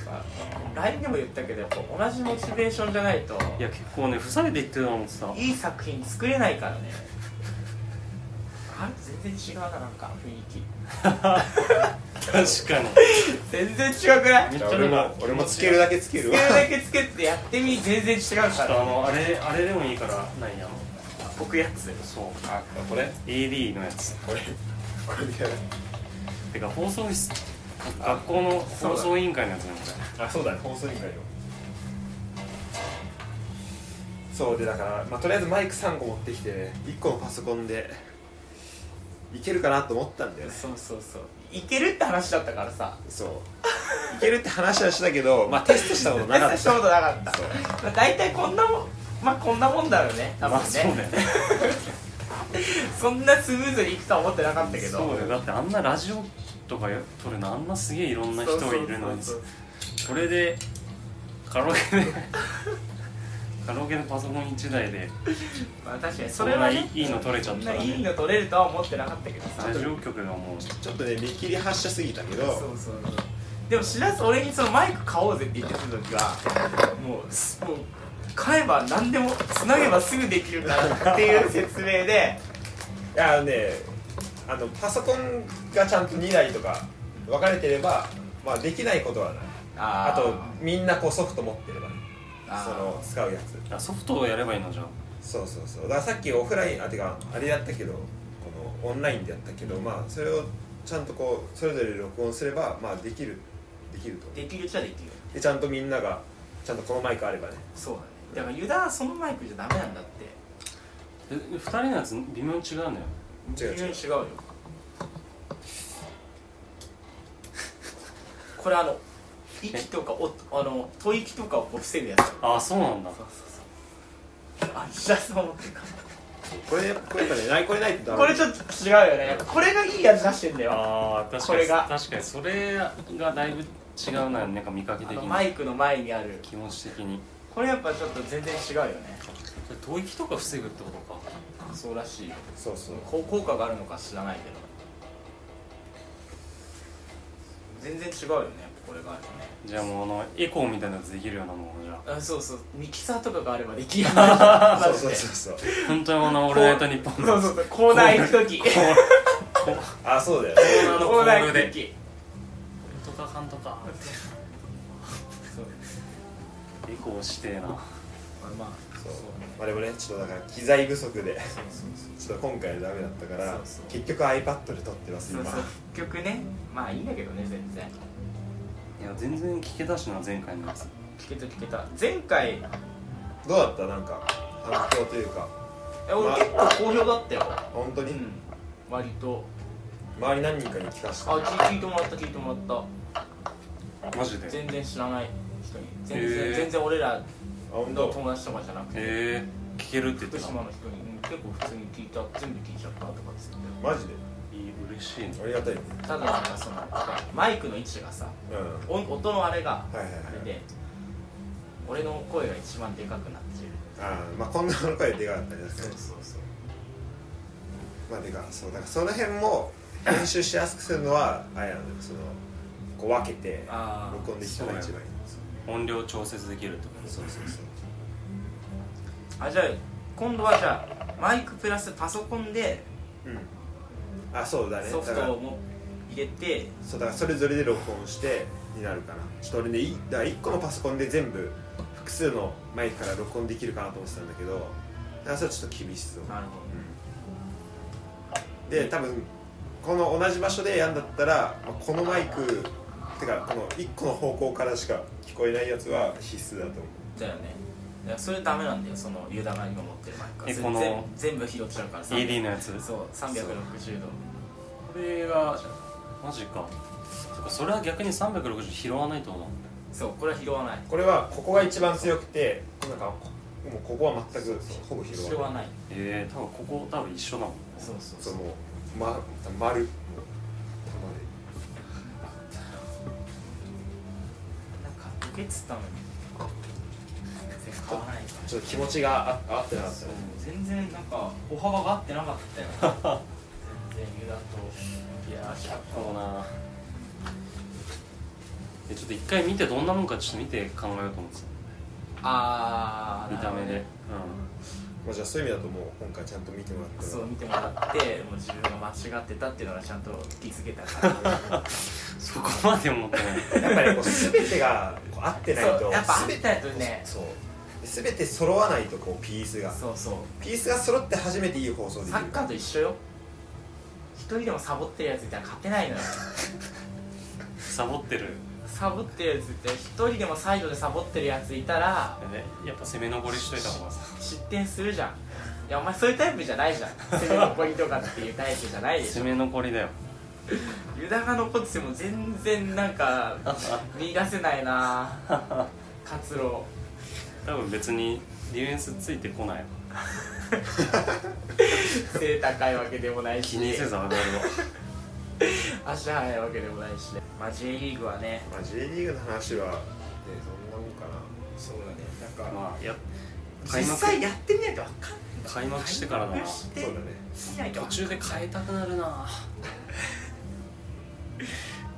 B: っぱ LINE でも言ったけどやっぱ同じモチベーションじゃないと
C: いや結構ねふざけて言ってたのもさ
B: いい作品作れないからねあれ全然違うななんか雰囲気
C: 確かに
B: 全然違くない
C: めっ
A: じ
C: ち
A: ゃあ
C: ゃ
A: 俺
C: なん
A: も
C: か
A: 俺もつけるだけつけ
B: つ
A: る
B: ける
A: わ
B: だけつけてやってみ全然違う
C: ちょ
B: か
C: っとあ
B: ら
C: のあれあれでもいいから何やろ
B: 置くやつ
C: そう
A: あこれ
C: AD のやつ
A: これこれでやる
C: てか放送室学校の放送委員会のやつなんだよ
A: あそうだね放送委員会よそうでだから、まあ、とりあえずマイク3個持ってきてね1個のパソコンでいけるかなと思ったんだよね
B: そうそうそういけるって話だったからさ
A: そういけるって話はしたけど、まあ、テストしたことなかった
B: したことなかったまあ大体こんなもんまあこんなもんだろうね多
C: まあ
B: 分
C: そうだ
B: ね
C: よ
B: そんなスムーズにいくとは思ってなかったけど
C: そうだよだってあんなラジオとか撮るのあんなすげえいろんな人がいるのに
B: そうそう
C: これでカラオケで [LAUGHS] カラオケのパソコン1台で
B: そうまあ確かに
C: そ
B: そ
C: ん
B: れは
C: ないい
B: ね
C: いの撮れち
B: そ
C: ゃっ
B: ん
C: た
B: な
C: ら
B: いい
C: ね
B: の取れるとは思ってなかったけどさ
C: ラジオ局がもう
A: ちょっとね見切り発車すぎたけ
B: そう
A: ど
B: そうそうでも知らず俺にそのマイク買おうぜって言ってた時はもうすもう買えば何でもつなげばすぐできるからっていう説明で
A: いやあのねあのパソコンがちゃんと2台とか分かれてれば、まあ、できないことはないあ
B: [LAUGHS] あ
A: とみんなこうソフト持ってればね
B: あー
A: その使うやつ
C: あソフトをやればいいのじゃん
A: そうそうそうだからさっきオフラインあてかあれやったけどこのオンラインでやったけどまあそれをちゃんとこうそれぞれ録音すればまあできるできると
B: できるっちゃできる
A: でちゃんとみんながちゃんとこのマイクあればね
B: そうだねだからユダはそのマイクじゃダメなんだって
C: で2人のやつ微妙に違うんだよ
A: 違う違う
B: 全然違うよこれあの息とかおあの吐息とかをこう防ぐやつ
C: ああそうなんだ
B: そうそうそうあ石田さん持ってるか
A: そうこれやっぱこれやっぱねないこれないとダメ
B: これちょっと違うよねやっぱこれがいいやつ出してんだよ
C: ああ確
B: こ
C: かに
B: れが
C: 確かにそれがだいぶ違うななんか見かけ
B: あ
C: 的
B: の
C: に
B: マイクの前にある
C: 気持ち的に
B: これやっぱちょっと全然違うよね
C: 吐息とか防ぐってことか
B: そうらしいよ
A: そうそう
B: こう効果があるのか知らないけど全然違うよねやっぱこれがあるとね
C: じゃあもうあのエコーみたいなやつできるようなもんじゃ
B: あそうそうミキサーとかがあればで [LAUGHS] きるマ
A: そう
B: ジ
A: そう
B: で
A: そうそう
C: あ本当にあの「オールナイトニッポン」
B: そうそうそうコーナー行く [LAUGHS] 時コ
A: あそうだよ
C: あのコ
B: ーナー
C: ー
B: 行
C: ル
B: く
C: で
B: 時
C: とかかんとか
B: そう
C: エコーしてえな
B: まあまあ
A: そ
B: そうう
A: まあでもねちょっとだから機材不足で [LAUGHS]
B: そうそうそう
A: ちょっと今回ダメだったから
B: そうそう
A: 結局 iPad で撮ってます
B: そう
A: 今
B: そう結局ねまあいいんだけどね全然
C: いや全然聞けたしな前回のやつ
B: 聞けた聞けた前回
A: どうだったなんか反響というか
B: え俺結構好評だったよ
A: 本当
B: う
A: に、
B: ん割と
A: 周り何人かに聞かせ
B: あ
A: た
B: 聞聞いてもらった聞いてもらっ
C: マジで
B: た
C: へ
B: 全然知らない人に全然、
C: へー
B: 全然俺ら
A: あ本
B: の
A: 当
B: 友達とかじゃなくて
C: え聞けるって言って
B: 福
C: た
B: 島の人に、うん、結構普通に聞いた全部聞いちゃったとかっつって
A: マジで
C: いい嬉しいね
A: ありがたいね
B: ただなんかそのマイクの位置がさ
A: うんは
B: 音音のあれが
A: いはいはい
B: あれで俺の声が一番でかくなってる
A: あーまあこんなの声でかかったりだけ
B: そう
A: ど
B: そうそう
A: まあでかそうだからその辺も編集しやすくするのはあれなんだよそのこう分けて
B: あー
A: 録音できたら一番いい
C: 音量調節できるってこ
A: そうそうそう
B: あじゃあ今度はじゃあマイクプラスパソコンで
A: うんあそうだね
B: ソフ
A: だから
B: トをも入れて
A: そうだからそれぞれで録音してになるかなちょっと俺ねいだから1個のパソコンで全部複数のマイクから録音できるかなと思ってたんだけどだからそれはちょっと厳しそう
B: なるほ
A: うんで多分この同じ場所でやんだったら、まあこのマイクてかこの1個の方向からしか聞こえないやつは必須だと思う
B: どだよねいやそれダメなんだよそのユダが今持ってるマイクは
C: え
B: 全
C: この
B: 全全部拾っちゃうから
C: と AD のやつ
B: そう360度
C: これがマジかそっかそれは逆に360拾わないと思う
B: そうこれは拾わない
A: これはここが一番強くてなんかこもうここは全くほぼ拾わない
B: 拾わない
C: ええ多分ここ多分一緒だもん
B: そうそう
A: そ
B: そう
A: のま丸もう
B: なんか受けっつったのに全然買わないから
A: 玉でちょっと気持ちがあ合ってなかった
B: そう
A: ね
B: 全然なんか歩幅が合ってなかったよ全然ユダといやー100
C: そうなえちょっと一回見てどんなもんかちょっと見て考えようと思って
B: あ
C: た
B: ー
C: 見た目で、
A: まあじゃあそういう意味だともう今回ちゃんと見てもらったら
B: そう見てもらってもう自分が間違ってたっていうのがちゃんと気づけたから
C: うん、そこまで思っ
B: [LAUGHS]
C: てない
A: やっぱりこう全てがこう合ってない
B: そ
A: と
B: うやっぱ
A: 全
B: 合って
A: て
B: ないとね
A: そう全て揃わないとこうピースが
B: そうそう
A: ピースが揃って初めていい放送できる
B: サッカーと一緒よ一人でもサボってるやついたら勝てないのよ
C: サボってる
B: サボってるやついたら一人でもサイドでサボってるやついたら
C: えやっぱ攻め上りしといた方がさ
B: 失点するじゃんいやお前そういうタイプじゃ
C: [LAUGHS]
B: ないじゃん攻め残りとかっていうタイプじゃないでしょ
C: 攻め残
B: [LAUGHS]
C: りだよ
B: ユダが残ってても全然なんか見出せないな活路
C: 多分別にディフェンスついてこないわ
B: 背高いわけでもないし
C: 気にせず上
B: [LAUGHS]
C: がるわ
B: 足速いわけでもないしねまあ J リーグはね
A: まあ J リーグの話はねそんなもんかな
B: そうだねなんか
C: まあや開
B: 実
C: 幕
B: 際やってみないと分かんない
C: 開幕してからだな
B: 開幕して
A: そうだね
B: みないと
C: 途中で変えたくなるな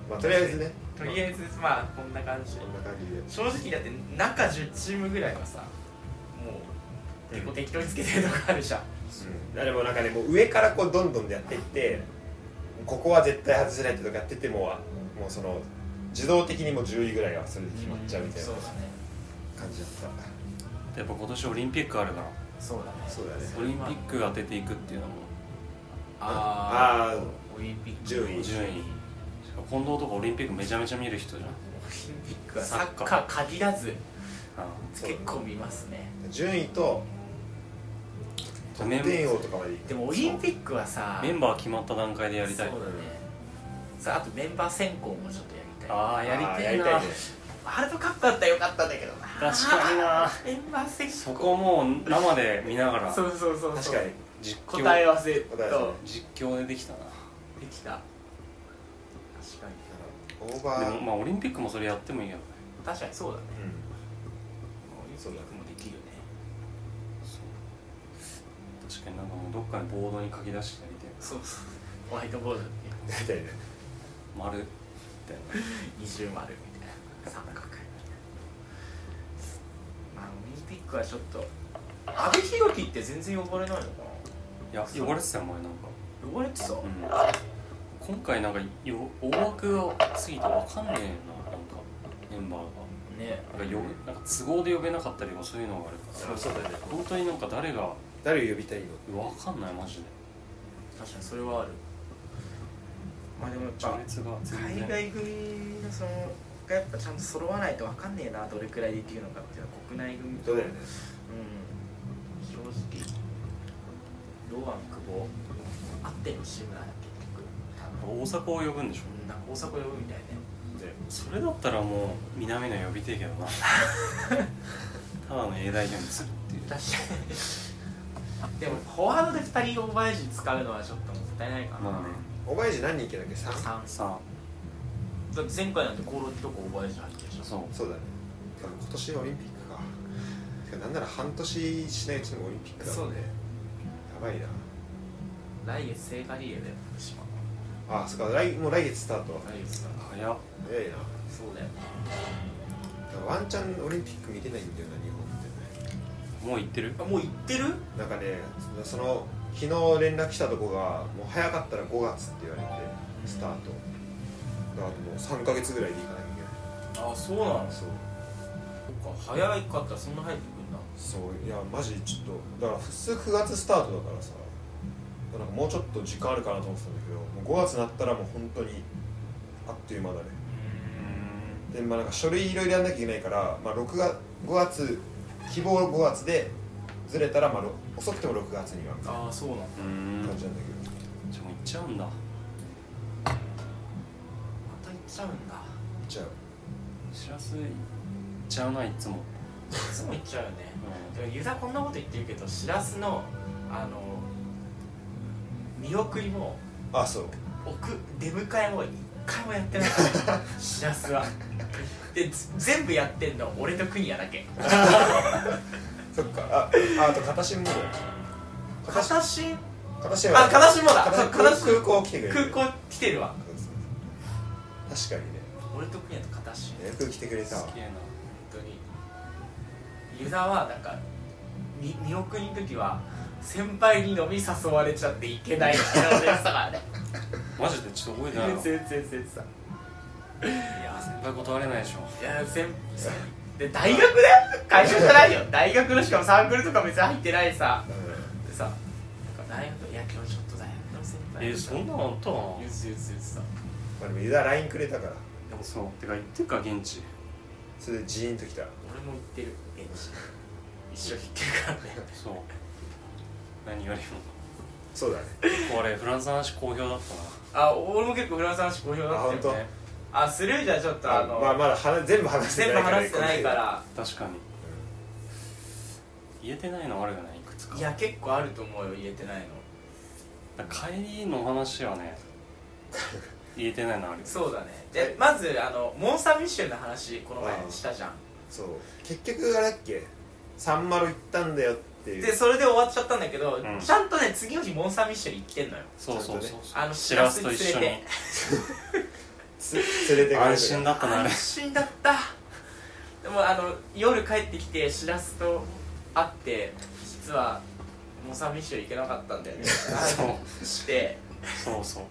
A: まあとりあえずね
B: とりあえずまあこんな感じ
A: こんな感じで
B: 正直だって中10チームぐらいはさもう結構適当につけてるとこあるじゃん
A: うん、でもなんかねもう上からこうどんどんやっていってここは絶対外せないってとかやっててもうもうその自動的にもう10位ぐらいがそれで決まっちゃうみたいな
B: そうだね
A: 感じだった、
C: やっぱ今年オリンピックあるから
B: そうだね
A: そうだね
C: オリンピック当てていくっていうのも
B: あ
A: あ
B: ーオリンピック
A: 順位
C: 順位しかも近藤とかオリンピックめちゃめちゃ見る人じ
B: オ
C: ゃん
B: リンピックはサ
C: サ
B: ッ
C: ッ
B: カ
C: カ
B: ー
C: ー
B: 限らず
A: そう
B: 結構見ますね
A: 順位と得点王とかまでいく
B: でもオリンピックはさ
C: メンバー決まった段階でやりたい
B: そうだねさああとメンバー選考もちょっとやりたい
C: ああやり
A: あー
C: たいな
A: ね
B: ワールドカップだったらよかったんだけどな
C: 確かにな
B: [LAUGHS] メンバー選考
C: そこもう生で見ながら
B: そうそうそうそう
A: 確かに
C: 実況
B: 答え合わせと
A: 答え合わ
C: 実況でできたな
B: できた確かに
A: オーバ
C: で
A: ー
C: もまあオリンピックもそれやってもいいよね
B: 確かにそうだね
A: う
B: オリンピックもできるよね
C: そう確かになんかもうどっかにボードに書き出してやりたいな
B: そうそうホワイトボードに
A: ん大体ね
C: 丸みたいな
B: 二重丸みたいな三角まあオリンピックはちょっと阿部寛樹って全然呼ばれないのか
C: いや呼ばれてたよ前なんか、
B: な呼ばれてた
C: うん、今回なんかよ大枠が過ぎてわかんねえななんかメンバーが
B: ね
C: なんかよなんか都合で呼べなかったりもそういうのがあるから
A: そうそうだよね
C: 本当になんか誰が
A: 誰を呼びたいの
C: わかんないマジで
B: 確かにそれはあるまあでもやっ
C: 序
B: ぱ
C: 列が全
B: 海
C: 然
B: 外組のそのがやっぱちゃんと揃わないと分かんねえなどれくらいできるのかっていうのは国内組と
A: そうだよね
B: うん正直堂安久保あってのチームなんだ結局
C: 大阪を呼ぶんでしょ
B: うんなんか大阪呼ぶみたいね
A: で
C: それだったらもう南野呼びてえけど [LAUGHS] なただの A 代表にするっていう
B: 確かにでもフォワードで2人オーバーエイジ使うのはちょっともったいないかな、
C: まあね
A: オーバーエイジ何人いけなきゃ3
B: 3
C: さ
B: だって前回なんてゴロとかオーバーエイジ入ってるでし
C: あ
B: ょ
C: そう
A: そうだね多分今年オリンピックかてかなんなら半年しないうちにオリンピックだもんねやばいな
B: 来月聖火リレーだよ福島
A: あそっか来もう来月スタート
B: 来月だ
C: 早っ
A: 早いな
B: そうだよね
A: ワンチャンオリンピック見れないんだよな日本ってね
C: もう行ってる
B: あもう行ってる
A: なんかねその昨日連絡来たとこがもう早かったら5月って言われてスタートだからあともう3ヶ月ぐらいで行かなきゃいけない
B: あそうなの
A: そう
B: そっか早かったらそんな早く
A: そういやマジちょっとだから普通9月スタートだからさなんかもうちょっと時間あるかなと思ってたんだけどもう5月になったらもう本当にあっという間だね
C: う
A: でまあなんか書類いろいろやんなきゃいけないから、まあ、6月5月希望5月でずれたらまあろ遅くても6月にはみたい
B: ああそうなの
C: ーん
A: な
C: じゃ
A: 感じなんだけど
C: あもう行っちゃうんだ
B: また行っちゃうんだ
A: じゃあ
C: しらす行っちゃうないつも、
B: いつも行っちゃうよね
C: う
B: でもユダこんなこと言ってるけどしらすのあの見送りも
A: あそう
B: 奥出迎えも一回もやってないからねしらすはでず全部やってんの俺と国谷だけ
A: そっかあああと片新も
B: 片新
A: 片新
B: あ片新もだ
A: 片
B: そう片新
A: 空港来てくれて
B: 空
A: そう
B: 港来てるわ
A: そうそう確かにね
B: 俺と国谷と片新
A: よく来てくれ
C: ん、す
A: たわ
C: げえ
B: 本当にユダはなんか見見送りの時は先輩に飲み誘われちゃっていけないってなってたからね
C: なマジでちょっと覚えてない
B: 全
C: わ
B: 然全然さ
C: いや先輩断れないでしょ
B: いや先で大学だよ会社じゃないよ大学のしかもサークルとか別に入ってないさ
A: う
B: でさなんか大学いや今日ちょっと大学の先輩
C: えー、そんなのあったな
B: ゆずゆずゆずさ
A: んまあでもユダ LINE くれたから
C: でもそうてか行ってるか現地
A: それでジーンときた
B: 俺も行ってる現地一緒に行ってるからね
C: そう何 [LAUGHS] より
A: そうだね
C: もこれフランスの話好評だったな
B: あ俺も結構フランスの話好評だ
A: あ
B: っ
A: 本
B: た
A: 当
B: よねあスルーじゃちょっと [LAUGHS] あの、
A: まあまだ話全部話せて
B: 全
A: な
B: 部
A: いから
B: 話してないから
C: 確かに言えてないのあるよねいくつか
B: いや結構あると思うよ言えてないの
C: だから帰りの話は
B: [LAUGHS]
C: ね言えてないのあるよ
B: そうだねでまずあのモン・サン・ミシェルの話この前
A: うん
B: したじゃん
A: そう結局あれだっけサンマロ行ったんだよっていう
B: でそれで終わっちゃったんだけど、
C: ん
B: ちゃんとね次の日モン・サン・ミシェル行ってんのよ
C: そうそうそう
B: あの
C: しらすと一緒に
A: つ連れてかれて
C: 安心だったなあ
B: [LAUGHS]
C: れ
B: 安心だったでもあの夜帰ってきてしらすと会って実はモン・サン・ミシェル行けなかったんだよね
C: そ
B: して
C: そうそう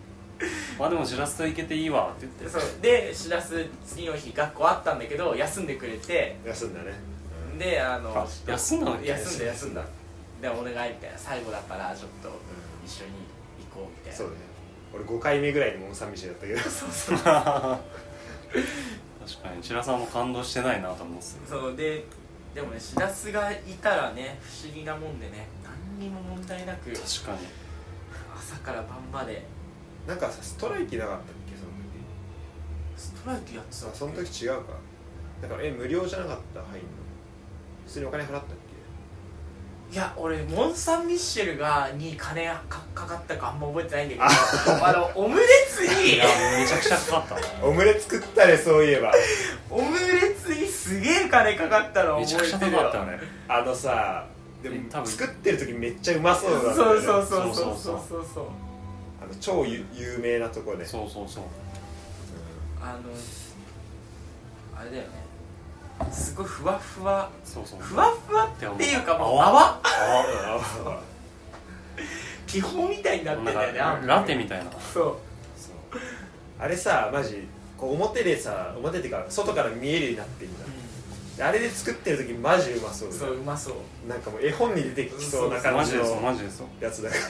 C: まあでもしらすと行けていいわって言って
B: でそうでしらす次の日学校あったんだけど休んでくれて
A: 休んだね、うん
B: であの
C: あ休んだの
B: 休んだ休んだでお願いみたいな最後だからちょっと一緒に行こうみたいな
A: そうだね俺5回目ぐらいにモン・サン・ミシェルだったけど [LAUGHS]
B: そうそう
C: 確かにしらさんも感動してないなと思って
B: そうででもねしらすがいたらね不思議なもんでね何にも問題なく
C: た確かに
B: 朝から晩まで
A: なんかさストライキなかったっけその時
B: ストライキやってた
A: あ
B: っけ
A: その時違うかだからえ無料じゃなかった入んの普通にお金払ったっ
B: いや俺モン・サン・ミッシェルがに金がかかかったかあんま覚えてないんだけどあ
C: [LAUGHS]
B: のオムレツ
C: い
B: に
C: やめちゃくちゃかかった
A: オムレツ食ったねそういえば
B: オムレツにすげえ金かかったの
C: なめちゃ
B: 覚
C: く
B: え
C: ち
B: て
C: ゃ
B: る
C: 高
B: よ
C: かったね
A: あのさでも
C: 多分
A: 作ってる時めっちゃうまそうだった
B: そう
A: よね
B: そうそうそうそ
C: そうそうう
B: そうそ
A: あ
B: う
A: の超ゆ有名なとこで
C: そうそうそう
B: あのあれだよねすごいふわふわ
C: そうそう
B: ふわふわっていうかもう泡
C: 泡あ
A: あ
B: 気泡みたいにな [LAUGHS] ってんだよね
C: なんかラテみたいな
B: そう
A: そう [LAUGHS] あれさマジこう表でさ表っていうか外から見えるようになってるんだであれで作ってる時マジうまそうだ
B: そううまそう
A: なんかもう絵本に出てきそうな
C: マ
A: 感
C: ジ
A: じ
C: でそう
A: の
C: マジでそう
A: やつだからさ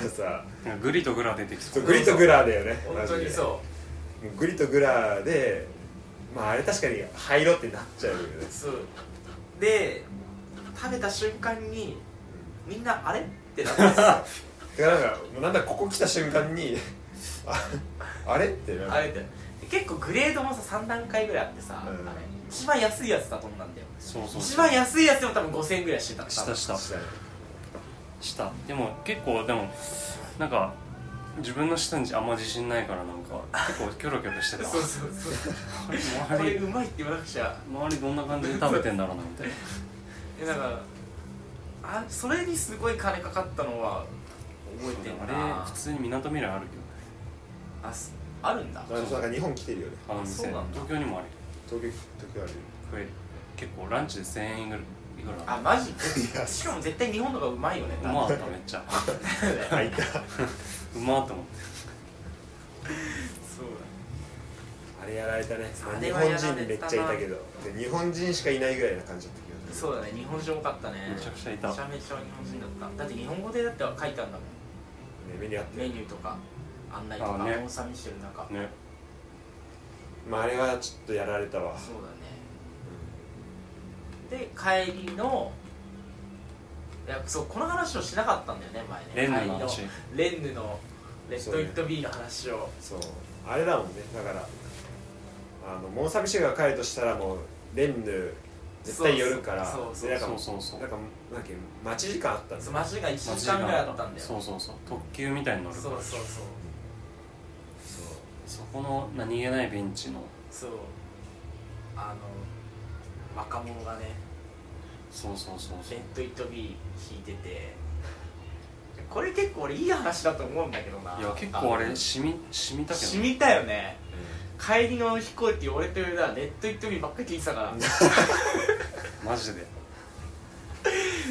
C: なんかグリとグラ出てき
A: ち
C: そ
A: ょっ
C: う
A: とグリとグラだよね
B: 本当に
A: う
B: そ
A: グリとグラでまああれ確かに灰色ってなっちゃうよね
B: うそうで食べた瞬間にみんなあれってなったんですよ
A: だからなんかもうなんだここ来た瞬間にああれってな
B: あれってで結構グレードもさ3段階ぐらいあってさ、
A: うん
B: あれ一番安いやつだと思うんだよ
C: そうそう
B: 一番安いやつでも多分5000円ぐらいしてたの多
C: 下
B: 分
C: 下
A: したね
C: 下でも結構でもなんか自分の舌にあんま自信ないからなんか結構キョロキョロしてた
B: そうそうそうこ
C: 周
B: れ
C: り
B: うまいって言わなくちゃ
C: 周りどんな感じで食べてんだろうなみたいな
B: えだからあそれにすごい金かかったのは覚えてる
C: あ
B: な
C: れ普通にみなとみらいあるけどね
B: あすあるんだ
A: あのなんか日本来てるよね
C: あの
B: そう
C: 店
B: なんだ
C: 東京にもある
A: 東京東京ある
C: 食える結構ランチで1000円ぐらいいくら
B: あマジ
A: いや
B: しかも絶対日本の方がうまいよね
C: うまかっためっちゃ
B: [LAUGHS]
A: あいた
C: うまっと思って
B: そう
A: あれやられたね
B: あ
A: 日
B: れは
A: 本
B: やられたな
A: 人めっちゃいたけどで日本人しかいないぐらいな感じだったけど
B: だ
A: ね
B: そうだね日本人多かったね
C: めちゃくちゃいた
B: めちゃめちゃ日本人だっただって日本語でだって書いてあるんだもん
A: ね目に合って
B: メニューとか案内とか
C: あね
B: もう寂してる中
C: ね
A: まああれはちょっとやられたわ
B: そうだねで帰りのいやそうこの話をしなかったんだよね前
C: レン
B: ね
C: ヌの
B: 帰
C: 話
B: りレンヌのレッド・イット・ビーの話を
A: そうあれだもんねだからあのモンサビシェが帰るとしたらもうレンヌ絶対寄るから
B: そうそうそう
A: でなんか
C: そうそうそう
A: なんかなんか待ち時間あったんだ
B: ス
A: よ
B: マッシュが1時間ぐらいあったんだよ
C: そうそうそう特急みたいに乗るか
B: そう
C: ら
B: そうそう
A: そう
C: そこの何気ないベンチの
B: そうあの若者がね
C: そうそうそう
B: 「
C: そ
B: レ
C: う
B: ッド・イット・ビー」弾いててこれ結構俺いい話だと思うんだけどない
C: いや結構あれ染み染みたけど
B: 染みたよね帰りの飛行機俺というだレッド・イット・ビーばっかり聞いてたから
C: マジで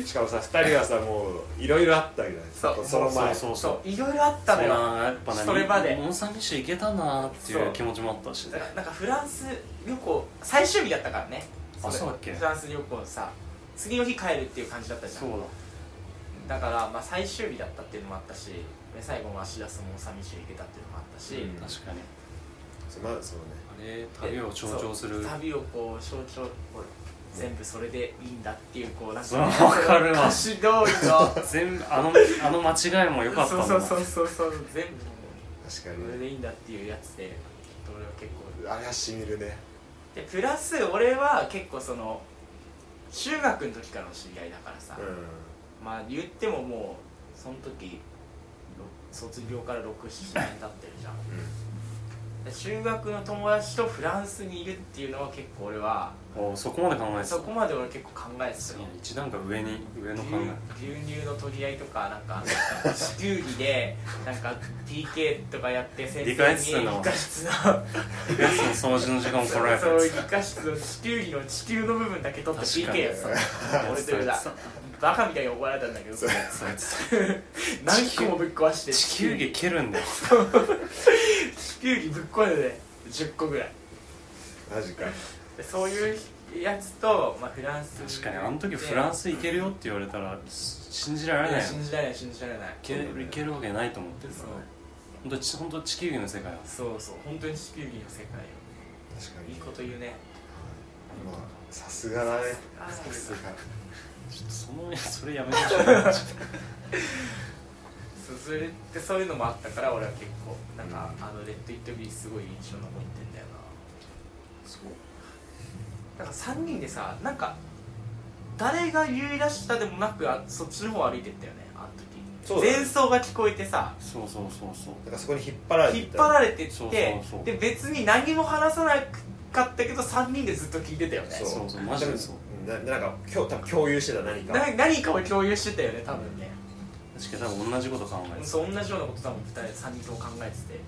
A: しかもさ2人はさもういろいろあったわけじゃない
B: そう
A: その前
C: そうそうそう
B: そういろいろあった
C: そう
B: の
C: だ
B: よ
C: なやっぱな
B: それまで
C: モン・サン・ミッシェ行けたなってい
B: そう
C: う気持ちもあったし
B: だからなんかフランス旅行最終日だったからね
C: あ
B: れ
C: そうだっけ
B: フランス旅行さ次の日帰るっていう感じだったじゃん
C: そうだ
B: だから、まあ、最終日だったっていうのもあったし最後も足出すも寂しい行けたっていうのもあったし、
A: うん
C: 確かに
A: そうまあそうね
C: あれ旅を象徴す
B: そ
C: る
B: う旅をこう象徴こう全部それでいいんだっていうこうなん
C: そう [LAUGHS] わかるわ
B: 歌詞通りの
C: 全部あのあの間違いも良かったんだ
B: そうそうそうそう全
A: 確か
B: 部それ
A: に
B: でいいんだっていうやつで俺は結構
A: あれはしみるね
B: でプラス俺は結構その中学の時からの知り合いだからさ、
A: う
B: まあ言ってももうその時ろ卒業から67年経ってるじゃん
A: ん
B: で中学の友達とフランスにいるっていうのは結構俺は
C: おそこまで考えてた
B: そこまで俺結構考えてたよ
C: いや一段階上に上の考
B: 牛牛乳の取り合いとかなんか流儀でなんか PK とかやって先生に
C: 理科室の
B: 理科室の
C: えやつの掃除の時間も来られた
B: そう
C: や
B: 理科室の地球儀の地球の部分だけ取って
C: 確かに
B: PK や
A: [LAUGHS]
B: ってたの俺というだ
C: そう
B: バカみたいに怒られたんだけどそれ
C: つそうやつ
B: 何個もぶっ壊して
C: 地球儀蹴るんだよ
B: 地球儀ぶっ壊れてね10個ぐらい
A: マジか
B: でそういうやつと、まあ、フランス
C: 確かにあの時フラン
B: ス
C: ス行けるよって言われたら信じられないよ
B: 信じられない信じられない
C: 行ける行けるわけないと思ってるからね本当ち本当地球儀の世界は
B: そうそう本当に地球儀の世界よ
A: 確か
B: い
A: に
B: いこと言うね
A: まあさすがだね
B: あ
A: さすが
C: ちょっとその [LAUGHS] それやめましょ
B: [LAUGHS]
C: う
B: そうそれってそういうのもあったから俺は結構なんかあのレッド・イット・ビーすごい印象残ってんだよな
A: そう
B: なんか3人でさなんか誰が言い出したでもなくあそっちの方歩いてったよねあ
A: そ
B: の
A: う
B: 時
A: だね
B: 前奏が聞こえてさ
C: そうそうそうそう
A: だからそこに引っ張られて
B: 引っ張られてって
C: そうそうそう
B: で別に何も話さなかったけど3人でずっと聞いてたよね
A: そう
C: そうそうマジでそう
A: ななんか今日多分共有してた何か
B: な何かを共有してたよね多分ね
C: 確かに多分同じこと考えて
B: そう同じようなこと多分2人3人とも考えてて
A: う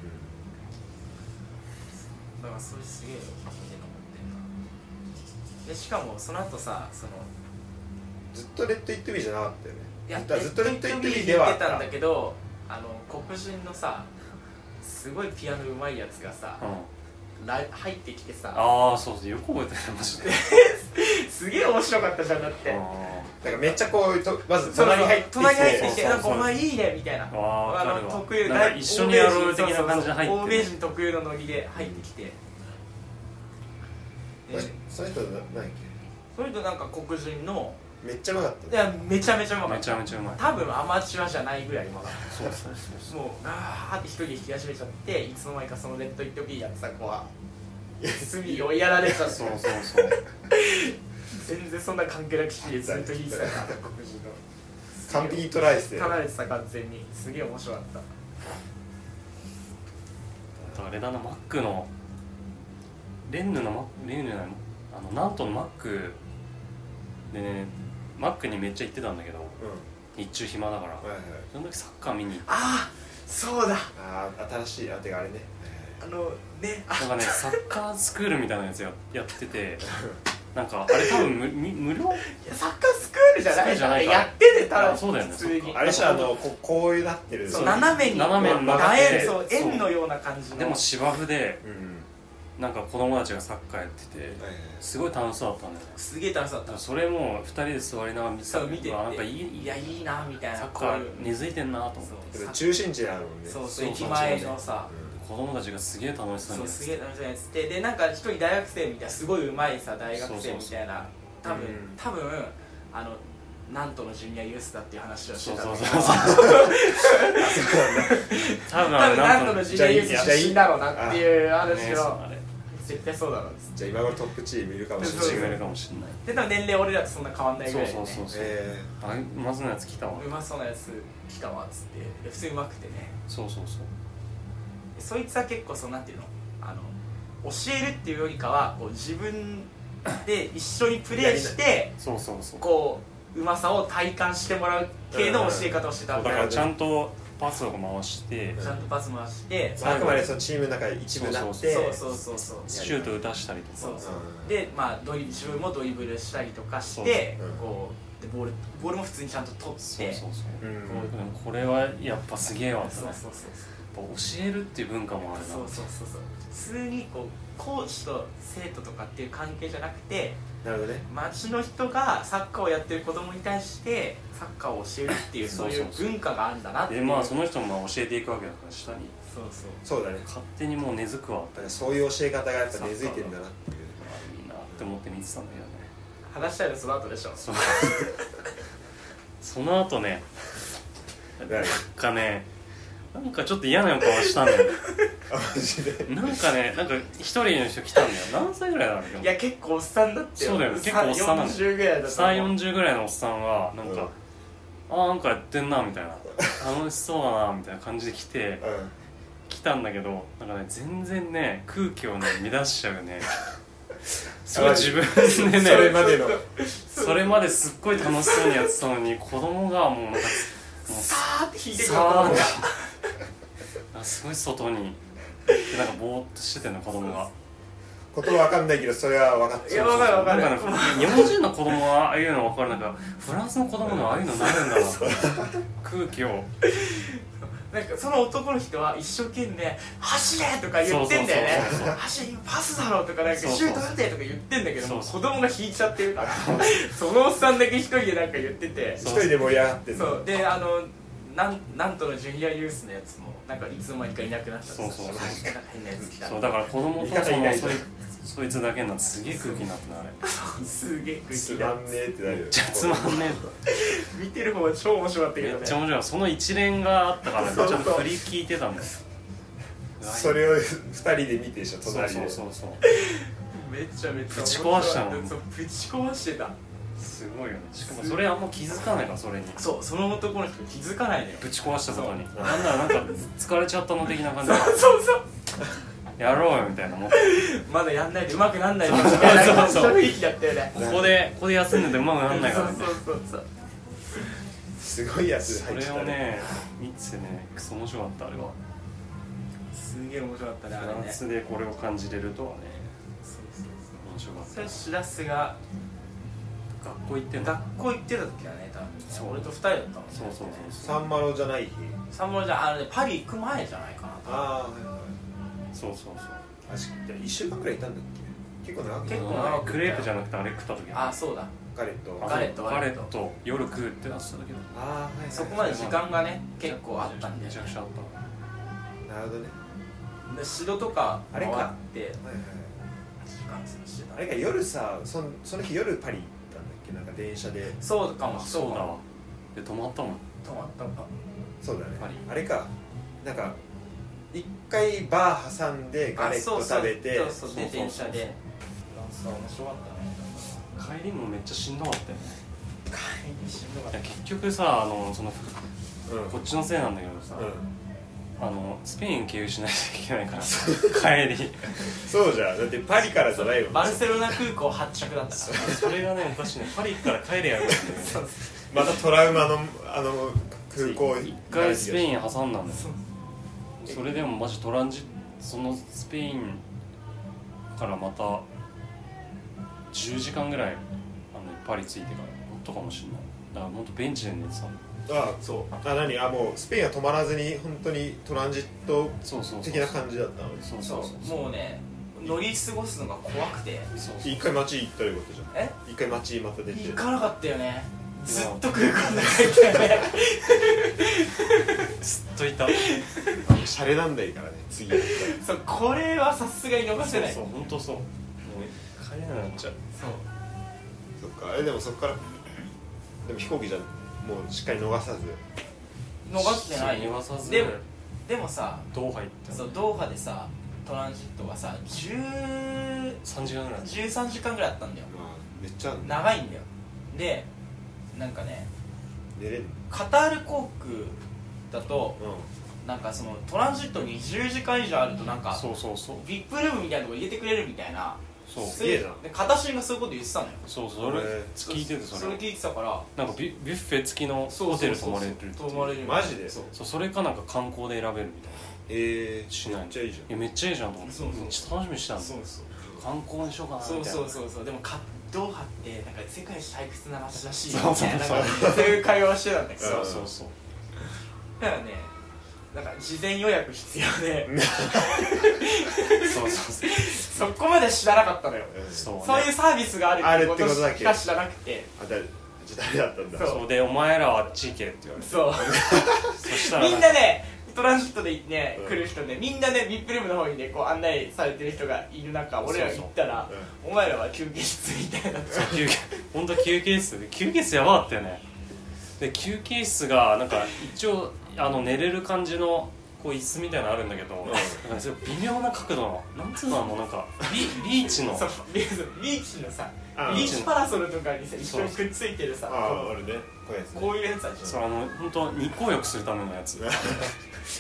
B: だからそれすげえよマジで残ってるなでしかもその後さその
A: んずっとレッド・イット・ビーじゃなかったよね
B: や
A: ずっとずっとレッド・イット・ビーで
B: や
A: はあ
B: って
A: った
B: たんだけどあの黒人のさすごいピアノうまいやつがさ
C: うん
B: ライ入ってきてさ
C: ああそうそうよく覚えてるマジで
B: すげえ面白かったじゃんだって
C: あ
A: なんかめっちゃこうとまず
B: そうそう
A: 隣に入ってきて
B: 隣に入ってきて
C: そう
B: な
C: そ
B: ん
C: う
B: か
C: そう
B: お前いいねみたいな
C: ーわーわ
B: あ
C: かる
B: の
C: わ
B: 特有
C: なんか一緒にやろう的
B: 欧
C: な
B: 米人
C: 感じで入
B: そうそうそう欧
C: って
B: 米
C: る
B: 人特有のノリで入ってきてで
A: これその人な何だっ
B: それとなんか黒人の
A: けめっちゃうまかった
B: い
A: ね
B: やめちゃめちゃうまか
C: め
B: っ
C: ちゃ
B: た
C: めちゃうまい
B: 多分アマチュアじゃないぐらいうまかった
C: そうそうそうそう
B: もうガーって一人で引き始めちゃっていつの間にかそのレッド・イット・ビーやってた子は罪をやられちゃって
C: [LAUGHS] そうそうそう
B: 全然そんな関係なくしてずっと弾いてたから黒人の
A: 完璧にトライして
B: 取られてた完全にすげえ面白かった
C: あとあれだなマックのレンヌのマッレンヌじゃないあのナントのマックでねマックにめっちゃ行ってたんだけど
A: う
C: 日中暇だから
A: んはいはい
C: その時サッカー見に行って
B: ああそうだ
A: ああ新しいあてかあれね
B: あのねあ
C: なんかねサッカースクールみたいなやつややっててなんかあれ多分無無無
B: い
C: 料
B: やサッカースクールじゃ
C: スクー
B: ない
C: ルじゃないか
B: やってねたら
C: あそうだよね
B: 普通に
A: あれしあのここういうなってる
B: そう
C: そう
B: 斜めに
C: 斜め
A: に曲がっ
B: 楕
A: て
B: 円そう
C: そう
B: 円のような感じの
C: でも芝生で
A: うん
C: なんか子供たちがサッカーやってて
A: はいはい
C: すごい楽しそうだったんだよね
B: すげえ楽しかっ
C: だか
B: た
C: らそれも2人で座りながら見て
B: そ
C: た
B: う見てて
C: うわなんかいいい
B: い
C: い
B: やいいなみたいな
C: サッカー根付いてんなと思っ
A: で
B: そう
C: て
A: も
B: さ
A: 中心地にあるもんね
B: そう
A: う
B: そう
C: そう
B: 駅前のさ
A: ん
C: 子供たちがすげえ楽しそう
B: そ
C: に
B: う
C: やって
B: すげえ楽しいや
C: て
B: つででなんか一人大学生みたいなすごいうまいさ大学生みた
A: そ
B: いな
A: うそうそう
B: 多分
A: うん
B: 多分あのなんとのジュニアユースだっていう話をして
C: そう
B: たん
C: そ
B: だ
C: う
B: け
C: そ
B: ど
C: うそう多分
B: 多分
C: な
B: なんんと
C: と
B: の
C: の
B: ジュニアユース出身だろうなっていう
C: ね
B: 話を
C: あれ
B: 絶対そうだろうっつって
A: じゃあ今頃トップチームいるかもしれ
B: そうそう
A: な
C: 違
A: い
C: めるかもしれない
B: で多分年齢俺らとそんな変わんないぐ
C: そ
B: ら
C: う
B: いで
C: そう
B: ね
C: そうそう
A: え
C: あまずのやつ来たわ
B: うまそうなやつ来たわっつってで普通にうまくてね
C: そうそうそう
B: でそいつは結構そのなんていうのあの教えるっていうよりかはこう自分で一緒にプレーして
C: そうそうそう
B: こううまさを体感してもらう系の教え方をしてた
C: だ
B: ん
C: か
B: だ
C: らちゃんとパスを回して
B: ちゃんとパス回して
A: ーあくまでそのチームの中で一部になって
B: そうそうそうそう
C: シュート打たしたりと
B: そう
C: か
B: そう
A: うん
B: でまあドリ自分もドリブルしたりとかして
A: そうそううん
B: こうでボールボールも普通にちゃんと取って
C: そうそうそう
A: う
C: で
A: ん
C: もこれはやっぱすげえわって
B: そう
C: なやっ
B: そうそう
C: ぱ教えるっていう文化もあるな
B: そうそうそうそう普通にこうコーチと生徒とかっていう関係じゃなくて
A: なるほどね
B: 町の人がサッカーをやってる子供に対してサッカーを教えるっていうそ
C: そうう
B: い
C: そううそう
B: 文化があるんだなってい
C: で
B: う
C: まあ
B: そ
C: その人もまあ教えていくわけだから下に
B: うそう
A: そうだね
C: 勝手にもう根付くわって
A: だからそういう教え方がやっぱ根付いてんだなっていう
C: いいなって思って見てたんだけどね
B: 話したいのその後でしょ [LAUGHS]
C: そうその後ねなんかねなんかちょっと嫌な予感はしたんだよ
A: あマジで
C: なんかねなんか一人の人来たんだよ何歳ぐらいだろう
B: いや結構おっさんだって
C: そうだよ結構おっさんなんだ
B: 40ぐらいだと思う
C: 340ぐらいのおっさんはなんか、ああなんかやってんなみたいな楽しそうだなみたいな感じで来て
A: [LAUGHS] うん
C: 来たんだけどなんかね全然ね空気をね乱しちゃうねすごい自分でね
A: それまでの
C: それまですっごい楽しそうにやってたのに子供がもうなんかもう
B: さーって引いてくると
C: さ
B: 思
C: あ
B: う
A: [LAUGHS]
C: なんかすごい外にでなんかぼーっとしてたの子供が
A: 言葉わかんないけどそれは分かっ
B: い
A: ち
B: や
A: ゃう
B: わかるわかる
C: なんかね日本人の子供はああいうの分かるなんかフランスの子供のああいうのなるんだな空気を
B: なんかその男の人は一生懸命「走れ!」とか言ってんだよね
C: そうそうそうそう
B: 「走れ今パスだろ!」とかなんか「シ
C: そうそうそう
B: ュート打て!」とか言ってんだけどもう
C: そ
B: 子供が引いちゃってるから
C: [LAUGHS]
B: そのおっさんだけ一人でなんか言ってて
A: 一人で盛り上がってんの
B: そうであのなんなんとのジュニアユースのやつもなんかいつの間にかいなくなったんですよ
C: そうそうそ
B: な
C: う
B: んか変なやつ来た
C: そうだから子供と
A: 味方
C: そ
A: いな
C: の
A: い
C: そいそいつだけになってすげえ空気になってたあれ
B: すげえ空
A: つ
B: 気
A: ま
B: だ
A: んねえってなるよ
C: めっちゃつまんね
B: 見てる方が超面白かった
C: え
B: け
C: めっ
B: どね
C: ちゃ面白いその一連があったからねちょっと振り聞いてたんです
A: それを二人で見てでしょ
C: そうそう
A: 隣で
C: そうそう
B: めちゃめちゃ面白い
C: ぶち壊したもん
B: そうぶち壊してた
C: すごいよねしかもそれあんま気づかないからそれに
B: そうその男の人気づかないのよ
C: ぶち壊したことに
A: そう
C: なんならなんか疲れちゃったの的な感じ
B: そうそう
C: でやろうよみたいなもう
B: まだやんないでうまくなんないで
C: そう
B: みたいな
C: そうそう
B: 雰囲気だったよね
C: ここでここで休んでてうまくなんないからね
B: そうそうそうそう
A: すごいやつ
C: そ
A: 入っ
C: れ
A: て
C: を
A: た
C: ね見てねクソ面白かったあれは
B: すげえ面白かったねあ
C: フ
B: れ
C: ラン
B: ねそう
C: スでこれを感じれるとはね
B: そうそう
C: 面白かっ
B: それしらすが
C: た学校行ってんだ
B: 学校行ってた時だね多分
C: そう
B: 俺と二人だったもんね
C: そうそうそう
A: サンマロじゃない日
B: 三本じゃあれねパリ行く前じゃないかな多分
A: ああはいはい
C: そうそうそう
A: あしじゃあ1週間くらいいたんだっけ結構長くない
B: 結構
C: あ
B: 長
C: の
B: く
C: クレープじゃなくてあれ食った時
B: あそうだ
A: ガレット
B: ガレット
C: ガレット夜食うってなってたんだけど
A: ああはい
B: そこまで時間がね結構あったんで
C: めちゃくちゃあった
A: なるほどね
B: で城とか
A: あれ
B: 回
A: か
B: って
A: はいはいはい
B: 時間潰してた
A: あれが夜さそんその日夜パリ行ったんだっけなんか電車で
B: そうかも
C: そうだ
B: かも
C: わで泊まったもん
B: 止まったか
A: そうだね
C: パリ
A: あれかなんか一回バー挟んでガレット食べて
B: そうそうそうで
C: そうそう
B: 電
C: そ
B: 車
C: う
B: でフランスは面白かったね
C: 帰りもめっちゃしんどかったよね
B: 帰りしんどかっ
C: い
B: た
C: や結局さあのその
A: うんうん
C: こっちのせいなんだけどさ、あのスペイン経由しないといけないから帰り
A: そうじゃんだってパリからじゃないもん
B: バルセロナ空港発着だったから
C: それがね私ねパリから帰れ
B: [LAUGHS]
C: やるんだよね
A: またトラウマのあの空港
C: 一回スペイ
A: ン
C: ン挟んだんだよ
B: そう
C: それでもマジトランジそのスペインからまた10時間ぐらいあのパリ着いてからもっとかもしれないだからもっとベンチで寝てたの
A: あそうあ何あもうスペインは止まらずに本当にトランジット
C: そうそうそう
A: 的な感じだったの
C: そう
B: そ
C: そううそう
B: もうね乗り過ごすのが怖くて
C: そうそう
A: 一回街行ったりことじゃん
B: え
A: 一回街また出て
B: 行かなかったよねずっと空港の中いたよね
C: ずっといた
A: シャレなんだいからね次行ったら
B: [LAUGHS] そうこれはさすがに逃せない
C: そうそう本当そうもう帰れなくなっちゃう
B: そう
A: そっかえでもそっからでも飛行機じゃもうしっかり逃さず
B: 逃してないよ
C: 逃さず
B: でもでもさ
C: ドーハ行った
B: そうドーハでさトランジットがさ10
C: 3時間ぐらい
B: 13時間ぐらいあったんだよ
A: まあめっちゃ
B: 長いんだよでなんかね
A: 寝れんの
B: カタール航空だと
A: うん
B: なんかそのトランジットに10時間以上あるとなんか
C: そうそうそう
B: VIP ルームみたいなとこ入れてくれるみたいな
C: そう
A: すげえな
B: で片新がそういうこと言ってたのよ
C: そうそれ
A: へえ
C: 聞いててそ
B: それ
C: れ
B: 聞いてたから
C: なんかビュビュッフェ付きの
B: そう
C: ホテル泊まれるって
B: そう
C: いう
B: そう泊まれる
A: マジで
B: そう
C: そうそれかなんか観光で選べるみたいな
A: ええ
C: しない
A: めっちゃいいじ
C: いやめっちゃいいじゃんと思って
B: そうそう
C: めっちゃ楽しみにしてたんです
B: そうそう
C: 観光にしようかなみたい
B: そう
C: な
B: そうそうそうでもかドーハってなんか世界一退屈な街らしいみ
C: そうそう
B: た
C: そ
B: いな
C: う
B: なんかそういう会話をしてたんだけど
C: そうそうそう
B: だからねなんか事前予約必要で
C: そうそう
B: そこまで知らなかったのよ
A: ゃん
C: そうう
B: そういうサービスがあるってこと
A: あるってことだけ
B: しか知らなくて
A: あだじゃあ誰だったんだ
B: そう
C: そうでお前らはあっち行けって言われて
B: そう
C: そしたら
B: みんなねトランジットでね
A: うん
B: 来る人ねみんなね VIP ルームの方にねこう案内されてる人がいる中俺ら行ったら
A: そう
B: お前らは休憩室みたいなとこ
C: そう休憩本当休憩室で休憩室やばかったよねで休憩室がなんか一応あの寝れる感じのこう椅子みたいなのあるんだけど、なんかそれ微妙な角度のなんつうのもうなんかリリーチの
B: そうビビーチのさ
A: あ
B: ビーチパラソルとかにさ一緒にくっついてるさ
A: あ
B: こ
A: ああるねこういうやつ
B: う
A: ね
B: こういうやつあるでし
C: そうあの本当日光浴するためのやつ
B: ょ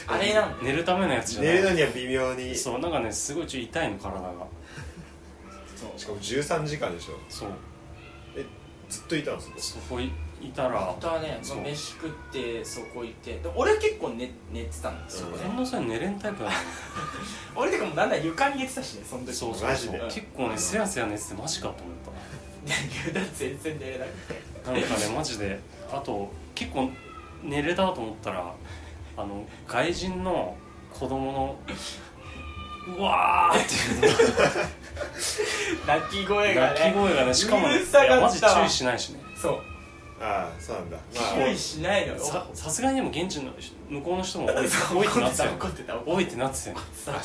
B: あれなんだよ
C: 寝るためのやつじゃな
A: 寝
C: い
A: るのには微妙にし
C: そうなんかねすごいちょっと痛いの体が
B: そう
A: かも13時間でしょ
C: そう
A: ずっといたんですよ
C: そこいいたら
B: あとはね、ま
C: そう
B: あ、飯食ってそこ行ってで俺結構寝寝てたんですよ、
A: うん
C: 近藤さん寝れんタイプだね
B: 俺てかもうなんなら床に寝てたしねその時
C: そうそう
A: マ
C: そ
A: ジ
C: う
A: で
C: 結構ねせやせや寝ててマジかと思っ
B: 油断全然寝れなくて
C: たなんかねマジであと結構寝れたと思ったらあの外人の子供のうわーっていう
B: 泣き声がね
C: 泣き声がねしかもね
B: うるさかった
C: いやマジ注意しないしね
B: そう
A: ああそうなんだま
B: 注意しないのよ
C: ささすがにでも現地の人向こうの人も多い
B: そう
C: 多いってなってたよ
B: 怒ってた怒って
C: 多いってなってたよ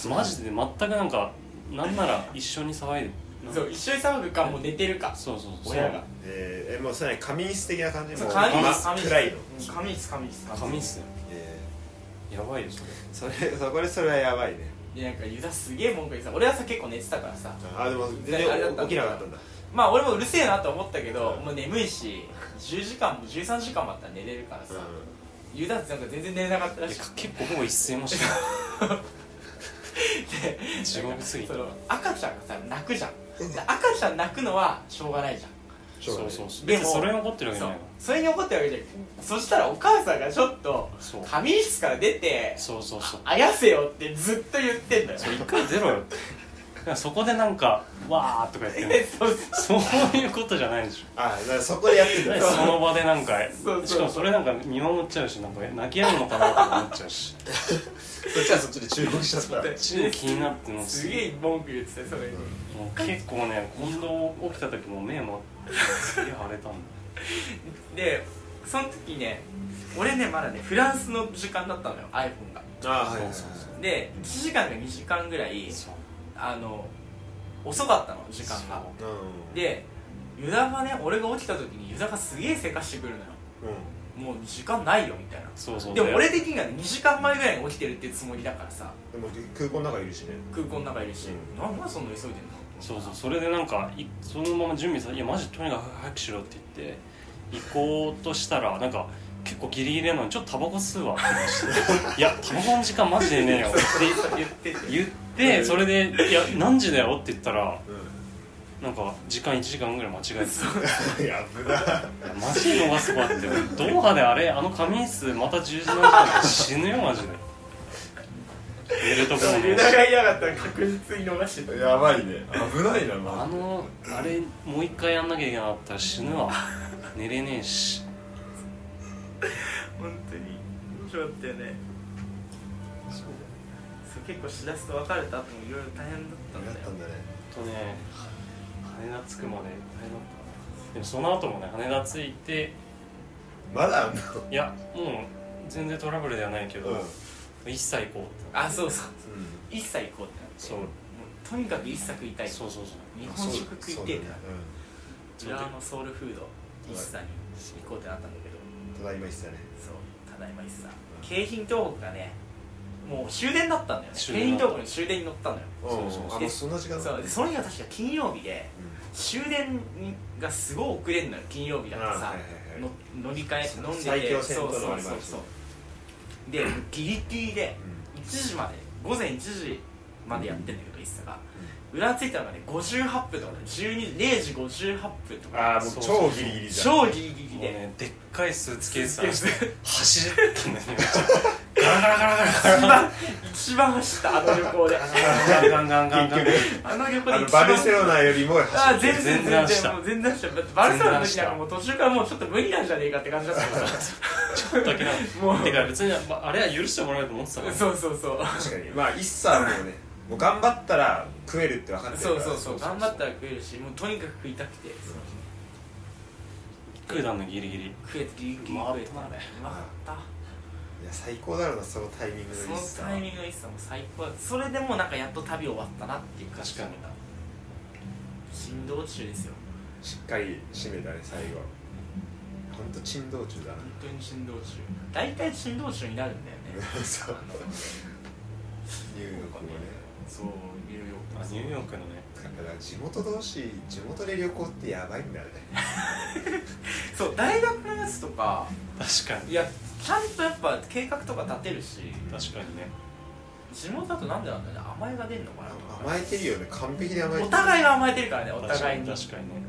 B: た
C: マジで全くなんかなんなら一緒に騒いでなん
B: そう一緒に騒ぐかもう寝てるか
C: そうそうそう
B: 親が
A: あえーえもうそれ仮眠室的な感じ
B: そう
A: もう
B: 仮
A: 真
B: 眠室
A: っ暗いの
B: 紙です紙です
C: 紙っすよ
A: え
C: やばいよそれ
A: ーそれそこでそれはやばいね
B: でなんかユダすげえ文句言ってた俺はさ結構寝てたからさ
A: あでも全
B: あれだっ
A: 然
B: た
A: 起きなかったんだ
B: まあ俺もうるせえなと思ったけど、もう眠いし10時間も13時間もあったら寝れるからさ、ユダってなんか全然寝れなかったらしくて
C: 結構ほぼ一睡もしてない地獄すぎた
B: その赤ちゃんがさ泣くじゃんで赤ちゃん泣くのはしょうがないじゃん
A: そ
C: そうう
A: そ
C: そううそう
B: で
C: 別
B: も
C: にそれに怒ってるわけじ
B: そ
C: ゃ
B: う
C: ないの
B: それに怒ってるわけじゃんそしたらお母さんがちょっと
C: そう
B: 仮眠室から出て
C: そうそうそう
B: あやせよってずっと言ってんだよ
C: そう一回出ろよってだからそこでなんか「わー」とか言って
B: で [LAUGHS]
C: ね
B: そうそ
C: そういうことじゃないでしょ
A: あだからそこでやってんだ
B: そう
C: その場でなんか
B: そうそう
C: しかもそれなんか見守っちゃうしなんか泣きやむのかなとか思っちゃうし
A: そっちはそっちで注目しちゃった
B: う
C: ちょっと気になってもう
B: すげえ文句言ってたよそれに、
C: もう結構ね近藤起きた時も目もすげえ腫れたんだ
B: でその時ね俺ねまだねフランスの時間だったのよ iPhone が
A: あはいはいはい
C: そうそう
B: で1時間か2時間ぐらい
C: そう
B: あの遅かったの時間が
A: うん
B: でユダがね俺が起きた時にユダがすげえせかしてくるのよ
A: う
B: もう時間ないよみたいな
C: そうそう
B: でも俺的には2時間前ぐらいに起きてるっていうつもりだからさ
A: んでも空港の中いるしね
B: 空港の中いるし、
A: う
B: なんでそんな急いでんの
C: そうそうそれでなんかいそのまま準備さいやマジとにかく早くしろって言って行こうとしたらなんか結構ギリギリなのにちょっとタバコ吸うわって言いましていやタバコの時間マジでねえよって
B: 言ってて
C: 言ってそれで「いや何時だよ」って言ったら
A: う
C: なんか時間1時間ぐらい間違えてた
A: んい [LAUGHS] や危ない
C: いやマジで逃すわってドーハであれあの仮眠室また10時何時だって死ぬよマジで寝るとこもね
B: ユダがいなかったら確実に逃してた
A: やばいね危ないな
C: あ
A: ま
C: のあれもう一回やんなきゃいけなかったら死ぬわ寝れねえし
B: 本当に面白かったよねそう結構しらすと別れた後もいろいろ大変だったんだ
A: や
B: よ
A: ったんだね
C: ほんとね羽田着くまで大変だったでもその後もね羽田着いて
A: まだあんの
C: いやもう全然トラブルではないけど、
A: うん
C: 一切行こうって
B: あそうそう一切行こうってなって
C: そう
B: もうとにかく一切食いたい
C: そうそうそう
B: 日本食食いてえってなって
C: そう
B: 浦
C: だね
B: 和のソウルフード一切に行こうってなったんだけど
A: うんただいま一切ね
B: そうただいま一切京浜東北がねもう終電だったんだよね京
C: 終電
B: 浜東
C: だ
B: 北の終電に乗ったのよ
A: うん
C: そうそうそう
A: あもうそんな時間
B: そ
A: だ
B: うでその日は確か金曜日で
A: う
B: 終電がすごい遅れんのよ金曜日だから
A: あ
B: さ
A: はいはいはい
B: の乗り換え
A: そ
B: 飲ん
A: の
B: でて
A: 最強線
B: そう
A: と
B: そう
A: のあれもあ
B: そう
A: るし
B: そうでギリギリで
A: ん
B: 1時まで午前1時までやってんだけど一茶が裏ついたのがね58分とかね12 0時58分とか
A: あーもう
C: そうそう
A: 超ギリギリじゃん
B: 超ギリギリ
C: もう
B: で
C: ねでっかいスーツケースさ
B: スーツケ
C: 走ったんだよねめっちゃガラガラガラガラ
B: 一番一番走ったあの旅
A: [LAUGHS]
B: 行で
C: ガンガンガンガンガン
B: あの旅行
A: あ
B: で
A: の
B: 一
A: バ
B: 番
A: ルセロナよりも
B: あ
A: 走
B: ー
A: って
B: 全
A: る
B: 然全然
C: 全然走った
B: もう全然走っただってバルセロナの時なんかもう途中からもうちょっと無理なんじゃねえかって感じだっ
A: [LAUGHS]
B: たからさ
C: だけ
B: もう
C: てか別にまああれは許してもらえると思ってたから
B: そうそうそう
A: 確かにまあ一切もうねもう頑張ったら食えるって分かってる
B: そ
A: か
B: う
A: ら
B: そうそう頑張ったら食えるしもうとにかく食いたくて
C: 食えたのギリギリ
B: 食えてギリギリ食えてたねうまかった
A: いや最高だろうなそのタイミングの一
B: そ
A: 切
B: のタイミングの一さも最高だそれでもうなんかやっと旅終わったなっていう感じ
C: 確か
B: 振動中ですよ
A: しっかり締めたね最後ほんと珍道中だ
B: 本当に振動中大体振動中になるんだよね
A: な [LAUGHS] そうニューヨークもね
B: そうニューヨーク
C: あニューヨークのね
A: だから地元同士地元で旅行ってやばいんだね
B: そう大学のやつとか
C: 確かに
B: いやちゃんとやっぱ計画とか立てるし
C: 確かにね
B: 地元だとなんでなんだろうね甘えが出んのかなとか
A: 甘えてるよね完璧に甘えて
B: お
A: る
B: 互いが甘えてるからねお
C: 確か
B: 互い
C: に
B: に
C: 確かにね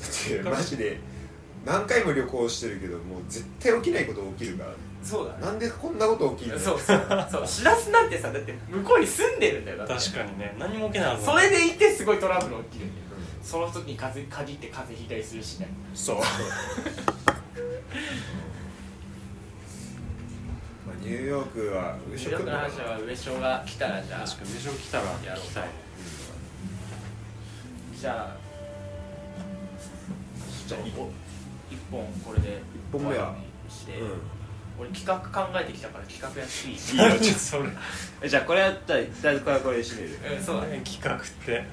A: だってマジで何回も旅行してるけどもう絶対起きないこと起きるからね
B: そうだね
A: なんでこんなこと起きるの
B: そうそうそうしらすなんてさだって向こうに住んでるんだよだって
C: 確かにね何も起きないはず
B: それでいてすごいトラブル起きるんだよ
A: う
B: その時に風限って風邪ひいたりするしね
A: んそうまあニューヨークは
B: 上
A: 食
B: 昇の話は上昇が来たらじゃあ
C: 確かに優勝来たら
B: やろう
C: 来たいね
B: じゃあじゃあ一本一本これで
A: 一本目は
B: にして、
A: う
B: 俺企画考えてきたから企画やっていい
C: [LAUGHS]
A: んいいよちょっ
C: それ
A: とじゃあこれやったらとりあえずこれはこれで締める
B: うんそうだね
C: 企画って